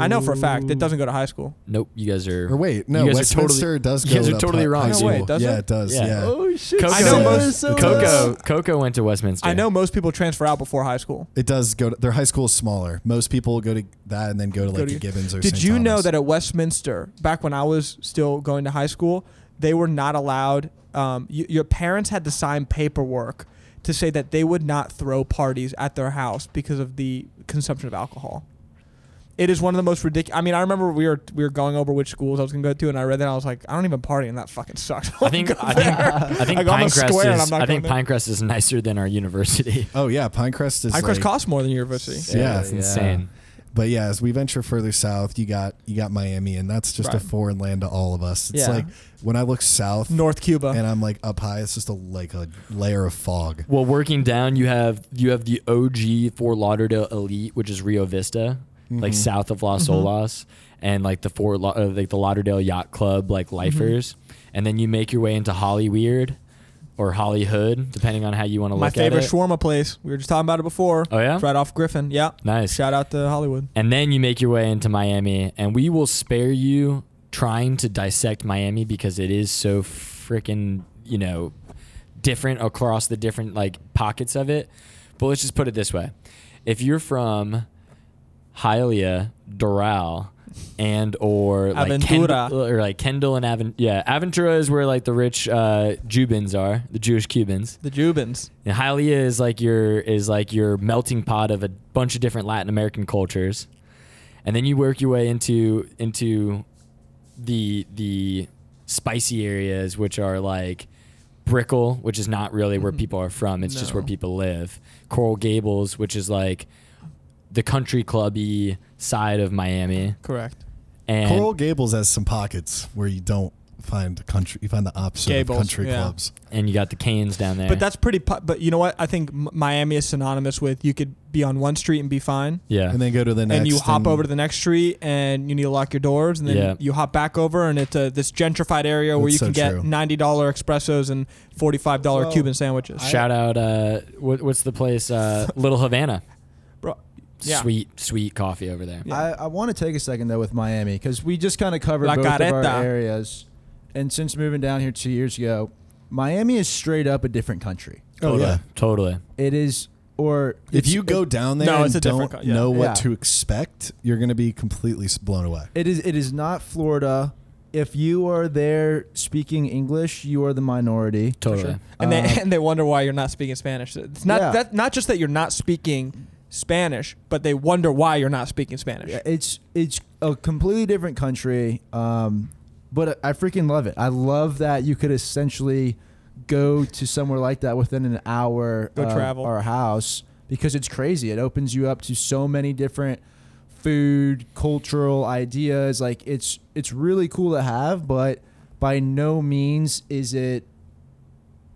Speaker 3: I know for a fact it doesn't go to high school.
Speaker 4: Nope. You guys are.
Speaker 1: Or wait, no,
Speaker 4: you guys are
Speaker 1: Westminster
Speaker 4: totally,
Speaker 1: does go.
Speaker 4: You guys
Speaker 1: to
Speaker 4: are totally
Speaker 1: high-
Speaker 4: wrong.
Speaker 1: high
Speaker 3: No way,
Speaker 1: school.
Speaker 3: it doesn't?
Speaker 1: Yeah, it does.
Speaker 4: Yeah.
Speaker 1: Yeah.
Speaker 5: Oh shit!
Speaker 4: Coco,
Speaker 3: I know
Speaker 1: Yeah.
Speaker 3: most-
Speaker 1: It does.
Speaker 4: Coco, Coco went to Westminster.
Speaker 3: I know most people transfer out before high school.
Speaker 1: It does go to their high school is smaller. Most people go to that and then go to like
Speaker 3: to-
Speaker 1: a Gibbons or.
Speaker 3: Did
Speaker 1: St.
Speaker 3: you know
Speaker 1: Thomas.
Speaker 3: that at Westminster, back when I was still going to high school, they were not allowed. Um, y- your parents had to sign paperwork to say that they would not throw parties at their house because of the consumption of alcohol. It is one of the most ridiculous. I mean, I remember we were we were going over which schools I was going to go to, and I read that and I was like, I don't even party, and that fucking sucks.
Speaker 4: I think I think I think
Speaker 3: I got my square
Speaker 4: Pinecrest
Speaker 3: and I'm
Speaker 4: is
Speaker 3: not
Speaker 4: I think
Speaker 3: going
Speaker 4: Pinecrest is nicer than our university.
Speaker 1: Oh yeah, Pinecrest is.
Speaker 3: Pinecrest
Speaker 1: like-
Speaker 3: costs more than university.
Speaker 1: Yeah, yeah.
Speaker 4: it's insane.
Speaker 1: But yeah, as we venture further south, you got you got Miami, and that's just a
Speaker 3: Right.
Speaker 1: foreign land to all of us. It's
Speaker 3: Yeah.
Speaker 1: like when I look south
Speaker 3: North Cuba.
Speaker 1: and I'm like up high, it's just a like a layer of fog.
Speaker 4: Well, working down, you have you have the OG Fort Lauderdale elite, which is Rio Vista,
Speaker 3: Mm-hmm.
Speaker 4: like south of Las Olas, and like the Fort La- uh, like the Lauderdale Yacht Club,
Speaker 3: Mm-hmm.
Speaker 4: like lifers, and then you make your way into Holly Weird or Holly Hood, depending on how you want to
Speaker 3: My
Speaker 4: look
Speaker 3: favorite
Speaker 4: at it.
Speaker 3: shawarma place. We were just talking about it before.
Speaker 4: Oh, yeah?
Speaker 3: It's right off Griffin. Yeah.
Speaker 4: Nice.
Speaker 3: Shout out to Hollywood.
Speaker 4: and then you make your way into Miami, and we will spare you trying to dissect Miami because it is so freaking, you know, different across the different like pockets of it. But let's just put it this way: if you're from Hialeah, Doral, and or like
Speaker 3: Aventura.
Speaker 4: Kendall, or like Kendall and Aven, yeah, Aventura is where like the rich uh, Jubins are, the Jewish Cubans.
Speaker 3: The Jubins.
Speaker 4: And Hialeah is like your is like your melting pot of a bunch of different Latin American cultures, and then you work your way into into the the spicy areas, which are like Brickell, which is not really where people are from; it's just where
Speaker 3: Mm-hmm. No.
Speaker 4: people live. Coral Gables, which is like the country clubby side of Miami,
Speaker 3: Correct.
Speaker 4: and
Speaker 1: Coral Gables has some pockets where you don't find country. You find the opposite
Speaker 3: Gables,
Speaker 1: of country
Speaker 3: yeah.
Speaker 1: clubs.
Speaker 4: and you got the Canes down there.
Speaker 3: But that's pretty. Pu- but you know what? I think M- Miami is synonymous with you could be on one street and be fine.
Speaker 4: yeah,
Speaker 1: And then go to the next.
Speaker 3: And you hop over to the next street, and you need to lock your doors, and then
Speaker 4: Yeah.
Speaker 3: you hop back over, and it's a, this gentrified area where
Speaker 1: That's
Speaker 3: you
Speaker 1: so
Speaker 3: can get
Speaker 1: true.
Speaker 3: ninety dollar espressos and forty five dollar
Speaker 5: Well,
Speaker 3: Cuban sandwiches.
Speaker 4: shout out uh, what, what's the place? Uh, Little Havana.
Speaker 3: Bro, yeah.
Speaker 4: sweet, sweet coffee over there.
Speaker 3: Yeah.
Speaker 5: I, I want to take a second though with Miami because we just kind of covered
Speaker 3: La
Speaker 5: both of
Speaker 3: Carreta.
Speaker 5: our areas, and since moving down here two years ago, Miami is straight up a different country.
Speaker 1: Oh
Speaker 4: Totally.
Speaker 1: yeah.
Speaker 4: Totally.
Speaker 5: It is, or
Speaker 1: If
Speaker 5: it's-
Speaker 1: you go down there
Speaker 3: No,
Speaker 1: and
Speaker 3: it's a
Speaker 1: don't
Speaker 3: different co- yeah.
Speaker 1: know what
Speaker 5: Yeah.
Speaker 1: to expect, you're going to be completely s- blown away.
Speaker 5: It is. It is not Florida. If you are there speaking English, you are the minority.
Speaker 4: Totally.
Speaker 3: and they
Speaker 5: Uh,
Speaker 3: and they wonder why you're not speaking Spanish. It's not
Speaker 5: Yeah.
Speaker 3: that not just that you're not speaking Spanish, but they wonder why you're not speaking Spanish.
Speaker 5: Yeah, it's it's a completely different country, um, but I freaking love it. I love that you could essentially go to somewhere like that within an hour
Speaker 3: Go
Speaker 5: of
Speaker 3: travel.
Speaker 5: our house because it's crazy. It opens you up to so many different food, cultural ideas. Like it's it's really cool to have, but by no means is it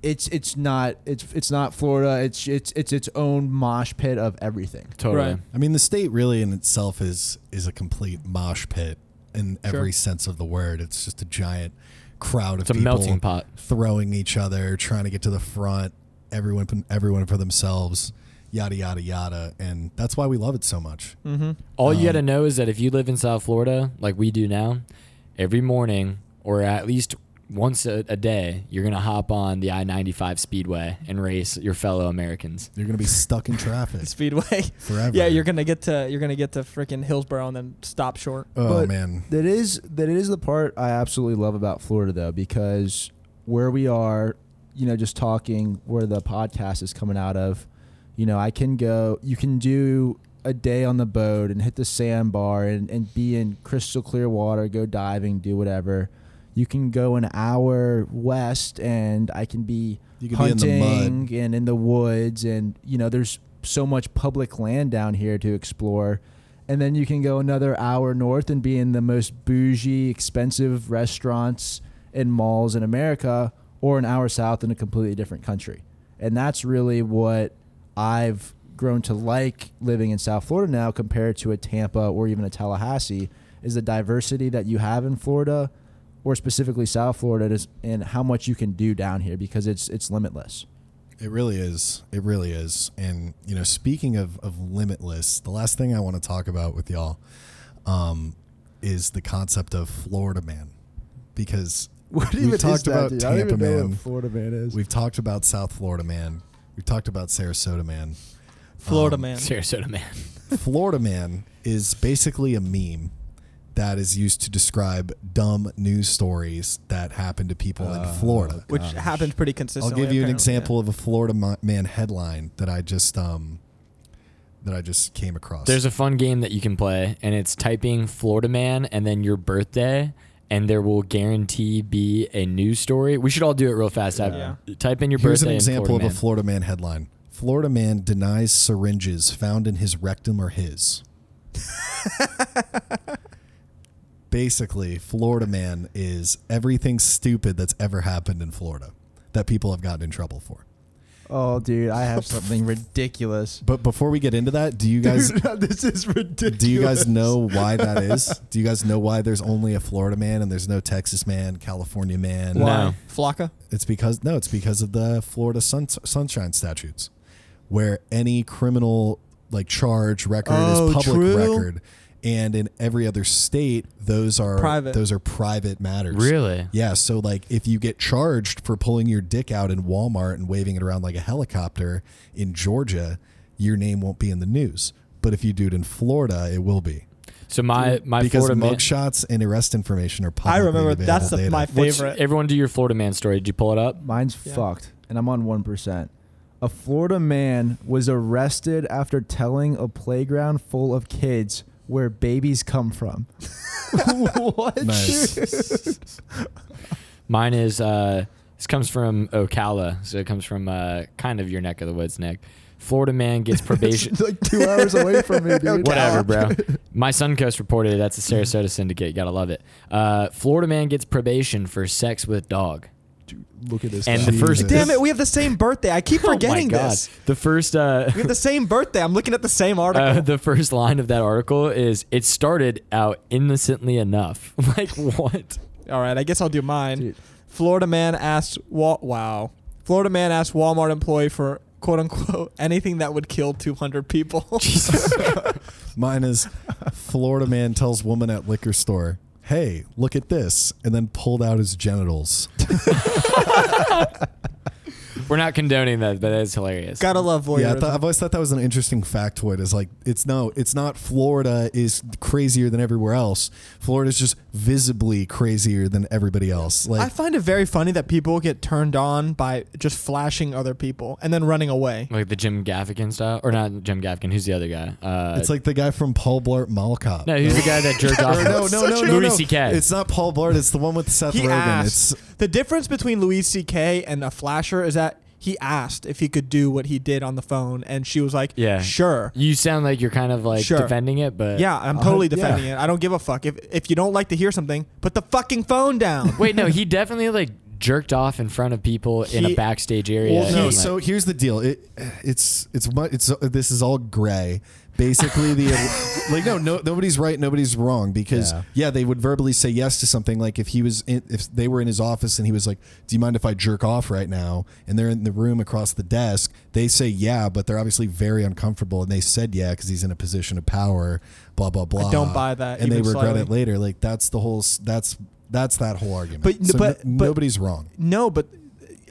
Speaker 5: it's it's not it's it's not Florida. It's it's it's its own mosh pit of everything.
Speaker 4: Totally.
Speaker 3: Right.
Speaker 1: I mean, the state really in itself is is a complete mosh pit in every sense of the word. It's just a giant crowd of
Speaker 4: It's a
Speaker 1: people
Speaker 4: melting pot.
Speaker 1: throwing each other, trying to get to the front. Everyone, everyone for themselves. Yada yada yada, and that's why we love it so much.
Speaker 3: Mm.
Speaker 4: All
Speaker 1: Um,
Speaker 4: you got to know is that if you live in South Florida, like we do now, every morning or at least once a, a day, you're going to hop on the I 95 Speedway and race your fellow Americans.
Speaker 1: You're gonna be stuck in traffic.
Speaker 3: Speedway.
Speaker 1: Forever.
Speaker 3: Yeah, you're gonna get to you're gonna get to freaking Hillsborough and then stop short.
Speaker 1: oh
Speaker 5: but
Speaker 1: man,
Speaker 5: That is that is the part I absolutely love about Florida though, because where we are, you know, just talking where the podcast is coming out of, you know, I can go you can do a day on the boat and hit the sandbar and, and be in crystal clear water, go diving, do whatever. You can go an hour west and I can be
Speaker 1: You can be in
Speaker 5: hunting
Speaker 1: the mud.
Speaker 5: and in the woods and you know, there's so much public land down here to explore and then you can go another hour north and be in the most bougie, expensive restaurants and malls in America, or an hour south in a completely different country. And that's really what I've grown to like living in South Florida now compared to a Tampa or even a Tallahassee is the diversity that you have in Florida or specifically South Florida is and how much you can do down here because it's it's limitless.
Speaker 1: It really is. It really is. And you know, speaking of of limitless, the last thing I want to talk about with y'all um, is the concept of Florida man, because we've talked about Tampa man,
Speaker 5: Florida man is.
Speaker 1: we've talked about South Florida man, we've talked about Sarasota man.
Speaker 3: Florida
Speaker 1: Um,
Speaker 3: man.
Speaker 4: Sarasota, man.
Speaker 1: Florida man is basically a meme that is used to describe dumb news stories that happen to people in Florida.
Speaker 3: Which happens pretty
Speaker 1: I'll
Speaker 3: consistently.
Speaker 1: give you an
Speaker 3: apparently, yeah.
Speaker 1: example of a Florida mo- man headline that I just um that I just came across.
Speaker 4: There's a fun game that you can play, and it's typing Florida man and then your birthday, and there will guarantee be a news story. We should all do it real fast.
Speaker 3: Yeah.
Speaker 4: Uh, Type in your
Speaker 1: Here's an
Speaker 4: birthday. and
Speaker 1: example of
Speaker 4: Florida
Speaker 1: a Florida
Speaker 4: man.
Speaker 1: man headline. Florida man denies syringes found in his rectum are his. Basically, Florida man is everything stupid that's ever happened in Florida that people have gotten in trouble for.
Speaker 5: Oh dude, I have something ridiculous.
Speaker 1: But before we get into that, do you guys
Speaker 5: this is ridiculous.
Speaker 1: do you guys know why that is? Do you guys know why there's only a Florida man and there's no Texas man, California man?
Speaker 4: Why?
Speaker 3: Why?
Speaker 4: No.
Speaker 3: Flocka.
Speaker 1: It's because no, it's because of the Florida sun, sunshine statutes, where any criminal like charge record
Speaker 3: Oh,
Speaker 1: is public
Speaker 3: true.
Speaker 1: record, and in every other state, those are
Speaker 3: Private.
Speaker 1: Those are private matters.
Speaker 4: Really?
Speaker 1: Yeah. So like, if you get charged for pulling your dick out in Walmart and waving it around like a helicopter in Georgia, your name won't be in the news. But if you do it in Florida, it will be
Speaker 4: So my my
Speaker 1: because
Speaker 4: Florida man.
Speaker 1: mugshots and arrest information are
Speaker 3: I
Speaker 1: public.
Speaker 3: remember that's the, my
Speaker 4: What's-
Speaker 3: favorite.
Speaker 4: Everyone do your Florida man story. Did you pull it up?
Speaker 5: Mine's fucked, and I'm on 1%. A Florida man was arrested after telling a playground full of kids where babies come from. what?
Speaker 1: nice.
Speaker 4: Mine is uh, this comes from Ocala, so it comes from uh, kind of your neck of the woods, Nick. Florida man gets probation.
Speaker 5: It's like two hours away from me, dude.
Speaker 4: Whatever, bro. My Suncoast reported it. That's a Sarasota syndicate. Gotta love it. Uh, Florida man gets probation for sex with dog.
Speaker 5: Look at this.
Speaker 4: And the first-
Speaker 1: Jesus.
Speaker 3: Damn it, we have the same birthday. I keep forgetting
Speaker 4: oh my God.
Speaker 3: this.
Speaker 4: The first uh,
Speaker 3: We have the same birthday. I'm looking at the same article.
Speaker 4: uh, the first line of that article is it started out innocently enough. like what?
Speaker 3: All right, I guess I'll do mine.
Speaker 5: Dude.
Speaker 3: Florida man asks Wa- wow. Florida man asked Walmart employee for quote unquote anything that would kill 200 people.
Speaker 1: Mine is Florida man tells woman at liquor store, "Hey, look at this," and then pulled out his genitals.
Speaker 4: We're not condoning that, but that's hilarious.
Speaker 3: Gotta love voyeurism.
Speaker 1: Yeah, I thought, I've always thought that was an interesting factoid. Is like it's no, it's not. Florida is crazier than everywhere else. Florida's just visibly crazier than everybody else.
Speaker 3: I
Speaker 1: Like
Speaker 3: find it very funny that people get turned on by just flashing other people and then running away.
Speaker 4: like the Jim Gaffigan style, or not Jim Gaffigan? Who's the other guy? Uh,
Speaker 1: it's like the guy from Paul Blart Mall Cop.
Speaker 4: no, who's the guy that jerked off?
Speaker 1: Or no, no, no,
Speaker 4: Such a-
Speaker 1: no,
Speaker 4: Louis
Speaker 1: no.
Speaker 4: C.K.
Speaker 1: It's not Paul Blart. It's the one with Seth
Speaker 3: He
Speaker 1: Rogen.
Speaker 3: asked.
Speaker 1: It's
Speaker 3: The difference between Louis C.K. and a flasher is that he asked if he could do what he did on the phone, and she was like,
Speaker 4: Yeah.
Speaker 3: sure."
Speaker 4: You sound like you're kind of like
Speaker 3: Sure.
Speaker 4: defending it, but
Speaker 3: Yeah, I'm
Speaker 1: Uh,
Speaker 3: totally
Speaker 1: yeah.
Speaker 3: defending it. I don't give a fuck. If if you don't like to hear something, put the fucking phone down.
Speaker 4: Wait, no, he definitely like jerked off in front of people in a
Speaker 3: He-
Speaker 4: backstage area.
Speaker 1: Well, no.
Speaker 4: and, like-
Speaker 1: so here's the deal. It, it's it's mu- it's this is all gray. Basically, the like no, no nobody's right, nobody's wrong because yeah.
Speaker 5: Yeah.
Speaker 1: they would verbally say yes to something like if he was in, if they were in his office and he was like, "Do you mind if I jerk off right now?" and they're in the room across the desk, they say yeah, but they're obviously very uncomfortable and they said yeah because he's in a position of power. Blah blah blah.
Speaker 3: don't buy that
Speaker 1: and they
Speaker 3: even
Speaker 1: regret it
Speaker 3: slightly.
Speaker 1: later. Like that's the whole s- that's that's that whole argument.
Speaker 3: But-
Speaker 1: So
Speaker 3: but-
Speaker 1: no-
Speaker 3: but-
Speaker 1: nobody's wrong.
Speaker 3: no, but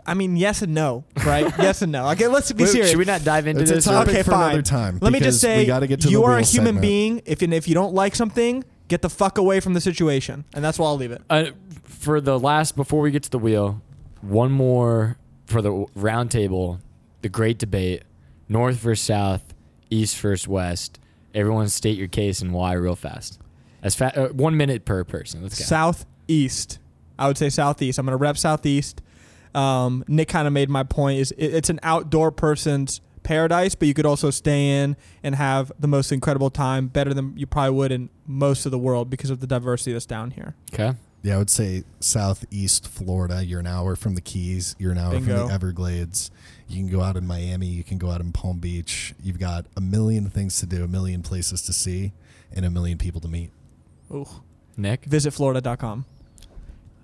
Speaker 3: I mean, yes and no, right? yes and no. Okay, let's be
Speaker 4: Wait,
Speaker 3: serious.
Speaker 4: should we not dive into
Speaker 1: It's a
Speaker 4: this?
Speaker 1: topic
Speaker 4: or-
Speaker 1: for another time,
Speaker 3: Let me
Speaker 1: because
Speaker 3: just say,
Speaker 1: we gotta get to
Speaker 3: you
Speaker 1: the
Speaker 3: are a
Speaker 1: wheel
Speaker 3: human
Speaker 1: segment.
Speaker 3: being. If and if you don't like something, get the fuck away from the situation, and that's why I'll leave it.
Speaker 4: uh, for the last before we get to the wheel, one more for the round table, the great debate, North versus South, East versus West. Everyone state your case and why real fast. As fa- uh, one minute per person. Let's go.
Speaker 3: Southeast. I would say southeast. I'm going to rep southeast. Um, Nick kind of made my point. Is it, it's an outdoor person's paradise, but you could also stay in and have the most incredible time, better than you probably would in most of the world because of the diversity that's down here.
Speaker 4: okay.
Speaker 1: Yeah, I would say southeast Florida. You're an hour from the Keys. You're an hour from
Speaker 3: Bingo.
Speaker 1: the Everglades. You can go out in Miami. You can go out in Palm Beach. You've got a million things to do, a million places to see, and a million people to meet.
Speaker 3: Ooh.
Speaker 4: Nick,
Speaker 3: Visit Florida.com.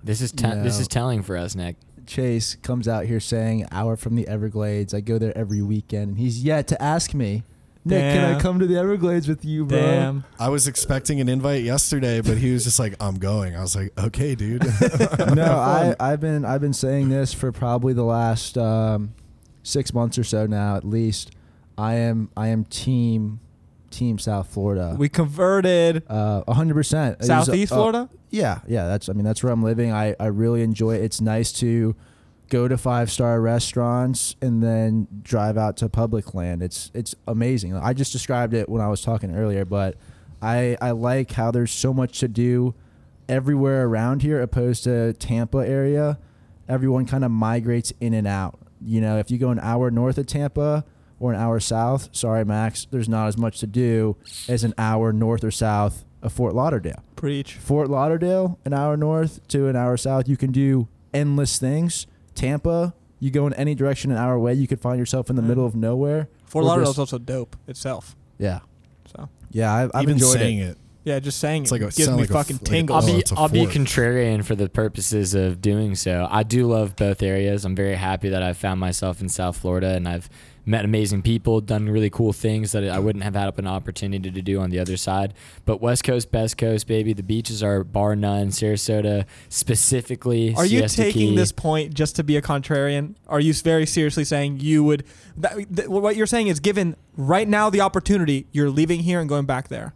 Speaker 4: this is te- this
Speaker 5: No.
Speaker 4: is telling for us, Nick.
Speaker 5: Chase comes out here saying hour from the Everglades. I go there every weekend, and he's yet to ask me. Nick, can
Speaker 3: Damn.
Speaker 5: I come to the Everglades with you, bro?
Speaker 3: Damn.
Speaker 1: I was expecting an invite yesterday, but he was just like, "I'm going." I was like, "Okay, dude."
Speaker 5: no, I, I've been I've been saying this for probably the last um, six months or so now, at least. I am I am team team South Florida.
Speaker 3: We converted
Speaker 5: uh, 100%. It was,
Speaker 3: Southeast
Speaker 5: uh,
Speaker 3: Florida.
Speaker 5: Yeah, yeah. That's I mean that's where I'm living. I I really enjoy it. It's nice to go to five star restaurants and then drive out to public land. It's it's amazing. I just described it when I was talking earlier, but I I like how there's so much to do everywhere around here opposed to Tampa area. Everyone kind of migrates in and out. You know, if you go an hour north of Tampa or an hour south, sorry Max, there's not as much to do as an hour north or south of Fort Lauderdale.
Speaker 3: Preach.
Speaker 5: Fort Lauderdale, an hour north to an hour south, you can do endless things. Tampa, you go in any direction an hour away, you could find yourself in the
Speaker 3: Mm.
Speaker 5: middle of nowhere.
Speaker 3: Fort
Speaker 5: We're
Speaker 3: Lauderdale's
Speaker 5: just-
Speaker 3: also dope itself.
Speaker 5: Yeah,
Speaker 3: So
Speaker 5: yeah, I've, I've
Speaker 1: Even
Speaker 5: enjoyed
Speaker 1: saying
Speaker 5: it.
Speaker 1: it.
Speaker 3: yeah, just saying
Speaker 1: It's
Speaker 3: it
Speaker 1: like a-
Speaker 3: gives
Speaker 1: sound
Speaker 3: me
Speaker 1: like a
Speaker 3: fucking
Speaker 1: f- like a-
Speaker 3: tingles.
Speaker 4: I'll
Speaker 1: Oh,
Speaker 4: be
Speaker 1: it's a
Speaker 4: I'll be
Speaker 1: fort.
Speaker 4: contrarian for the purposes of doing so. I do love both areas. I'm very happy that I found myself in South Florida and I've met amazing people, done really cool things that I wouldn't have had an opportunity to do on the other side. But West Coast, Best Coast, baby, the beaches are bar none. Sarasota specifically.
Speaker 3: Are you
Speaker 4: Siesta
Speaker 3: taking
Speaker 4: Key.
Speaker 3: this point just to be a contrarian? Are you very seriously saying you would? That, th- what you're saying is, given right now the opportunity, you're leaving here and going back there.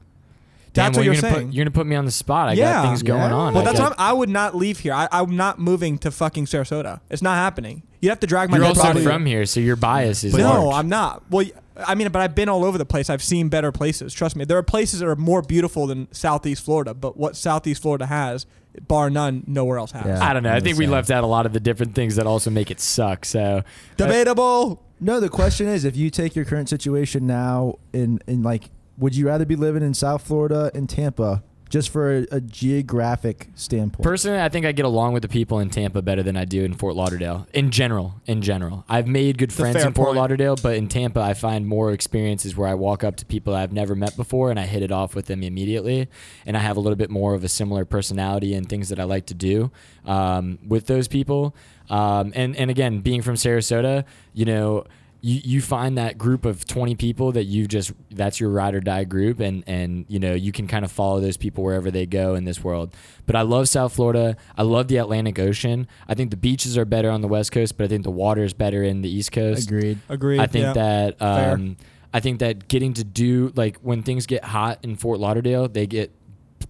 Speaker 4: Damn,
Speaker 3: That's
Speaker 4: well,
Speaker 3: what you're,
Speaker 4: gonna
Speaker 3: saying.
Speaker 4: Put, you're gonna put me on the spot. I
Speaker 3: Yeah.
Speaker 4: got things going
Speaker 5: Yeah.
Speaker 4: on.
Speaker 5: Well,
Speaker 4: I
Speaker 3: well, that's
Speaker 4: got-
Speaker 3: why I'm, I would not leave here. I, I'm not moving to fucking Sarasota. It's not happening. You'd have to drag my.
Speaker 4: You're
Speaker 3: dad
Speaker 4: also
Speaker 3: probably-
Speaker 4: from here, so your bias is
Speaker 1: But-
Speaker 4: large.
Speaker 3: No, I'm not. Well, y- I mean, but I've been all over the place. I've seen better places. Trust me, there are places that are more beautiful than Southeast Florida. But what Southeast Florida has, bar none, nowhere else has.
Speaker 5: Yeah.
Speaker 4: I don't know. I think we
Speaker 5: Understand.
Speaker 4: left out a lot of the different things that also make it suck. So
Speaker 3: Debatable.
Speaker 5: No, the question is, if you take your current situation now, in in like, would you rather be living in South Florida and Tampa, just for a, a geographic standpoint?
Speaker 4: Personally, I think I get along with the people in Tampa better than I do in Fort Lauderdale. In general, in general, I've made good friends
Speaker 3: fair
Speaker 4: in Fort
Speaker 3: point.
Speaker 4: Lauderdale, but in Tampa, I find more experiences where I walk up to people I've never met before and I hit it off with them immediately, and I have a little bit more of a similar personality and things that I like to do um, with those people. Um, and and again, being from Sarasota, you know. you, you find that group of 20 people that you just that's your ride or die group and and you know you can kind of follow those people wherever they go in this world but i love south florida i love the atlantic ocean i think the beaches are better on the west coast but i think the water is better in the east coast
Speaker 5: Agreed.
Speaker 3: Agreed.
Speaker 4: I think
Speaker 3: yeah.
Speaker 4: that
Speaker 3: Fair.
Speaker 4: um, I think that getting to do like when things get hot in Fort Lauderdale, they get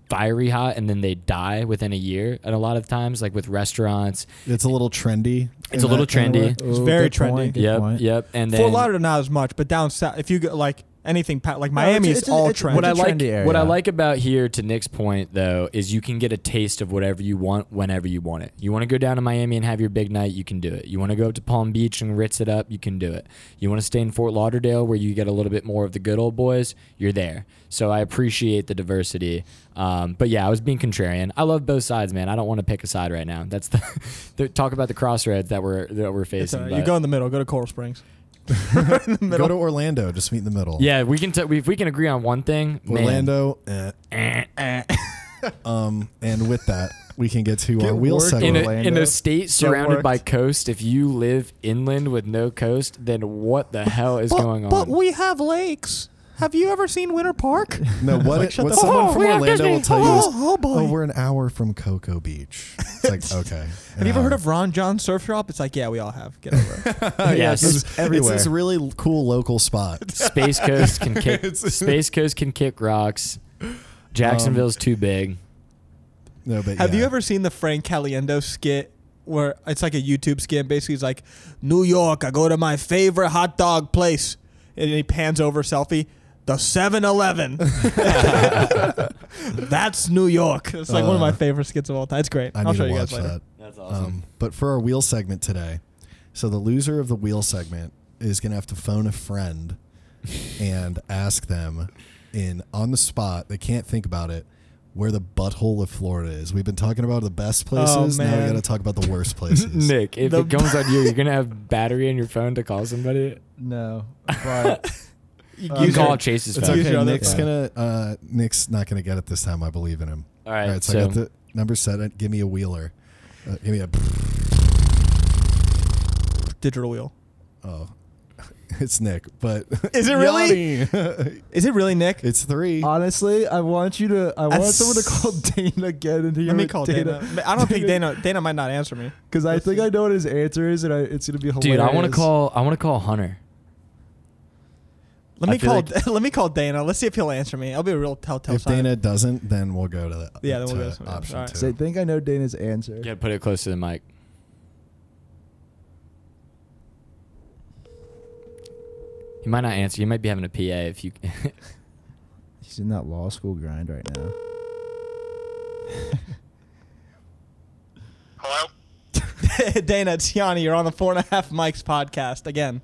Speaker 4: fiery hot and then they die within a year. And a lot of times, like with restaurants,
Speaker 1: It's a little trendy.
Speaker 4: It's
Speaker 1: in
Speaker 4: a little
Speaker 1: that kind of
Speaker 4: trendy.
Speaker 1: way.
Speaker 3: It's very
Speaker 5: good point,
Speaker 3: trendy.
Speaker 5: good
Speaker 4: yep,
Speaker 5: point.
Speaker 4: yep. And then
Speaker 3: Fort Lauderdale not as much, but down south, if you go like anything pa- like
Speaker 5: it's-
Speaker 3: Miami
Speaker 5: it's
Speaker 3: is
Speaker 5: a-
Speaker 3: all
Speaker 5: it's a-
Speaker 3: trend.
Speaker 4: what I
Speaker 5: it's a
Speaker 4: like,
Speaker 5: trendy area.
Speaker 4: what I like about here, to Nick's point though, is you can get a taste of whatever you want whenever you want it. You want to go down to Miami and have your big night, you can do it. You want to go up to Palm Beach and ritz it up, you can do it. You want to stay in Fort Lauderdale where you get a little bit more of the good old boys, you're there. So I appreciate the diversity. Um, but yeah, I was being contrarian. I love both sides, man. I don't want to pick a side right now. That's the, the talk about the crossroads that we're that we're
Speaker 3: It's
Speaker 4: facing.
Speaker 3: all right.
Speaker 4: but-
Speaker 3: you go in the middle. Go to Coral Springs.
Speaker 1: Go to Orlando. Just meet in the middle.
Speaker 4: yeah, we can. T- if we can agree on one thing, man.
Speaker 1: Orlando. eh. um, and with that, we can get to our wheel
Speaker 5: working.
Speaker 1: segment.
Speaker 4: in a,
Speaker 5: Orlando.
Speaker 4: in a state surrounded
Speaker 3: worked.
Speaker 4: by coast, if you live inland with no coast, then what the hell is going on?
Speaker 3: we have lakes. Have you ever seen Winter Park?
Speaker 1: No, what,
Speaker 5: Like, shut
Speaker 1: what
Speaker 5: the fuck
Speaker 1: someone
Speaker 5: up.
Speaker 1: from
Speaker 5: We have
Speaker 1: Orlando
Speaker 5: Disney.
Speaker 1: will tell you
Speaker 3: Oh,
Speaker 1: is,
Speaker 3: oh, boy.
Speaker 1: we're an hour from Cocoa Beach. It's like, okay.
Speaker 3: have you ever heard of Ron John Surf Shop? It's like, yeah, we all have. Get over it.
Speaker 4: yes,
Speaker 5: everywhere.
Speaker 1: It's this really cool local spot.
Speaker 4: Space Coast can kick. Space Coast can kick rocks.
Speaker 1: Um,
Speaker 4: Jacksonville's too big.
Speaker 1: No, but
Speaker 3: have
Speaker 1: yeah.
Speaker 3: you ever seen the Frank Caliendo skit? Where it's like a YouTube skit, basically it's like New York. I go to my favorite hot dog place, and he pans over selfie, the 7-Eleven. That's New York. It's like one of my
Speaker 1: Uh,
Speaker 3: favorite skits of all time. It's great.
Speaker 1: I
Speaker 3: will
Speaker 1: need
Speaker 3: show
Speaker 1: to
Speaker 3: you
Speaker 1: watch
Speaker 3: guys later.
Speaker 1: that.
Speaker 4: That's
Speaker 1: Um, but for our wheel segment today, so the loser of the wheel segment is going to have to phone a friend and ask them in on the spot, they can't think about it, where the butthole of Florida is. We've been talking about the best places. now we
Speaker 3: Oh, man.
Speaker 1: got to talk about the worst places.
Speaker 4: Nick, if
Speaker 3: The-
Speaker 4: it comes on you, you're gonna have battery in your phone to call somebody.
Speaker 5: No, but
Speaker 3: You,
Speaker 4: You
Speaker 3: use
Speaker 4: call
Speaker 3: your-
Speaker 4: Chase's
Speaker 1: Uh, It's
Speaker 4: phone.
Speaker 3: Use your
Speaker 1: okay.
Speaker 3: other
Speaker 1: Nick's
Speaker 5: phone.
Speaker 1: gonna uh, Nick's not gonna get it this time. I believe in him.
Speaker 4: All right,
Speaker 1: so, I got the number set. Give me a wheeler. Uh, give me a.
Speaker 3: digital wheel.
Speaker 1: Oh, it's Nick. But
Speaker 3: Is it really?
Speaker 1: Yanni.
Speaker 3: Is it really Nick?
Speaker 1: it's three.
Speaker 5: honestly, I want you to. I want
Speaker 3: That's-
Speaker 5: someone to call Dana again and hear
Speaker 3: Let me
Speaker 5: what
Speaker 3: call Dana. I don't think Dana. Dana might not answer me.
Speaker 5: because I think I know what his answer is, and I, it's gonna be hilarious.
Speaker 4: Dude, I want to call. I want to call Hunter.
Speaker 3: Let
Speaker 4: I
Speaker 3: me
Speaker 4: feel
Speaker 3: call.
Speaker 4: like-
Speaker 3: let me call Dana. Let's see if he'll answer me. I'll be a real telltale
Speaker 1: if
Speaker 3: sign.
Speaker 1: Dana doesn't, then we'll go to the
Speaker 3: Yeah, then we'll
Speaker 1: to
Speaker 3: go to somebody else.
Speaker 1: option
Speaker 3: All right.
Speaker 1: two.
Speaker 5: So I think I know Dana's answer.
Speaker 4: Yeah, put it close to the mic. He might not answer. He might be having a PA if you.
Speaker 5: He's in that law school grind right now.
Speaker 6: Hello?
Speaker 3: Dana, it's Yanni. You're on the Four and a Half Mics podcast again.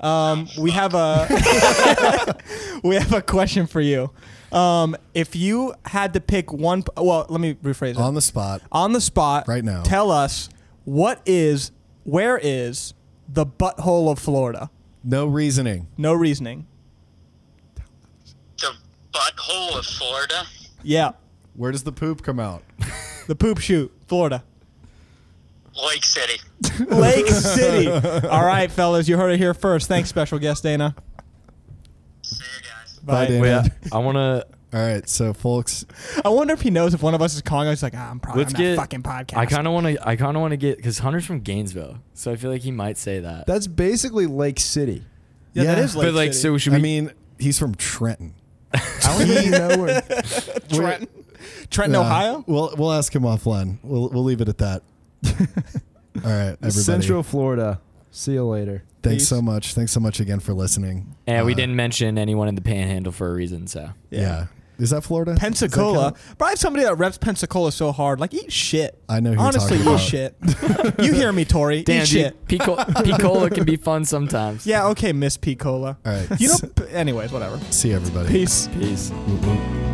Speaker 3: Um, we have a we have a question for you. Um, if you had to pick one, well, let me rephrase it.
Speaker 1: On the spot,
Speaker 3: on the spot
Speaker 1: Right now.
Speaker 3: Tell us what is where is the butthole of Florida?
Speaker 1: no reasoning.
Speaker 3: No reasoning.
Speaker 6: The butthole of Florida?
Speaker 3: Yeah,
Speaker 1: Where does the poop come out?
Speaker 3: the poop shoot, Florida.
Speaker 6: Lake City.
Speaker 3: Lake City. All right, fellas, you heard it here first. Thanks, special guest Dana.
Speaker 6: See you guys.
Speaker 1: Bye,
Speaker 3: Oh,
Speaker 1: Dana.
Speaker 4: Yeah, I want to.
Speaker 1: All right, so folks,
Speaker 3: I wonder if he knows if one of us is calling. He's like, "Ah, I'm probably
Speaker 4: Let's
Speaker 3: on that
Speaker 4: get-
Speaker 3: fucking podcast.
Speaker 4: I kind of want to. I kind of want to get because Hunter's from Gainesville, so I feel like he might say that.
Speaker 5: That's basically Lake City.
Speaker 3: yeah, that
Speaker 1: Yeah.
Speaker 3: is Lake
Speaker 4: but like,
Speaker 3: City.
Speaker 4: so should we?
Speaker 1: I mean, he's from Trenton.
Speaker 5: I don't even know where.
Speaker 3: Trenton, Trenton,
Speaker 1: Yeah.
Speaker 3: Ohio.
Speaker 1: We'll we'll ask him offline. We'll we'll leave it at that. All right, everybody.
Speaker 5: Central Florida. See you later.
Speaker 1: Thanks
Speaker 3: Peace.
Speaker 1: so much. Thanks so much again for listening.
Speaker 4: and we
Speaker 1: Uh,
Speaker 4: didn't mention anyone in the Panhandle for a reason. So
Speaker 1: Yeah. Is that Florida? Does that
Speaker 3: Pensacola.
Speaker 1: count?
Speaker 3: But I have somebody that reps Pensacola so hard. Like, eat shit.
Speaker 1: I know who you're
Speaker 3: Honestly,
Speaker 1: talking
Speaker 3: eat
Speaker 1: about.
Speaker 3: shit. you hear me, Tori?
Speaker 4: damn,
Speaker 3: eat
Speaker 4: dude,
Speaker 3: shit.
Speaker 4: Pico- Picola can be fun sometimes.
Speaker 3: Yeah, okay, Miss P. Cola.
Speaker 1: All right.
Speaker 3: You know, p- anyways, whatever.
Speaker 1: See everybody.
Speaker 3: Peace.
Speaker 4: Peace.
Speaker 1: Whoop, whoop.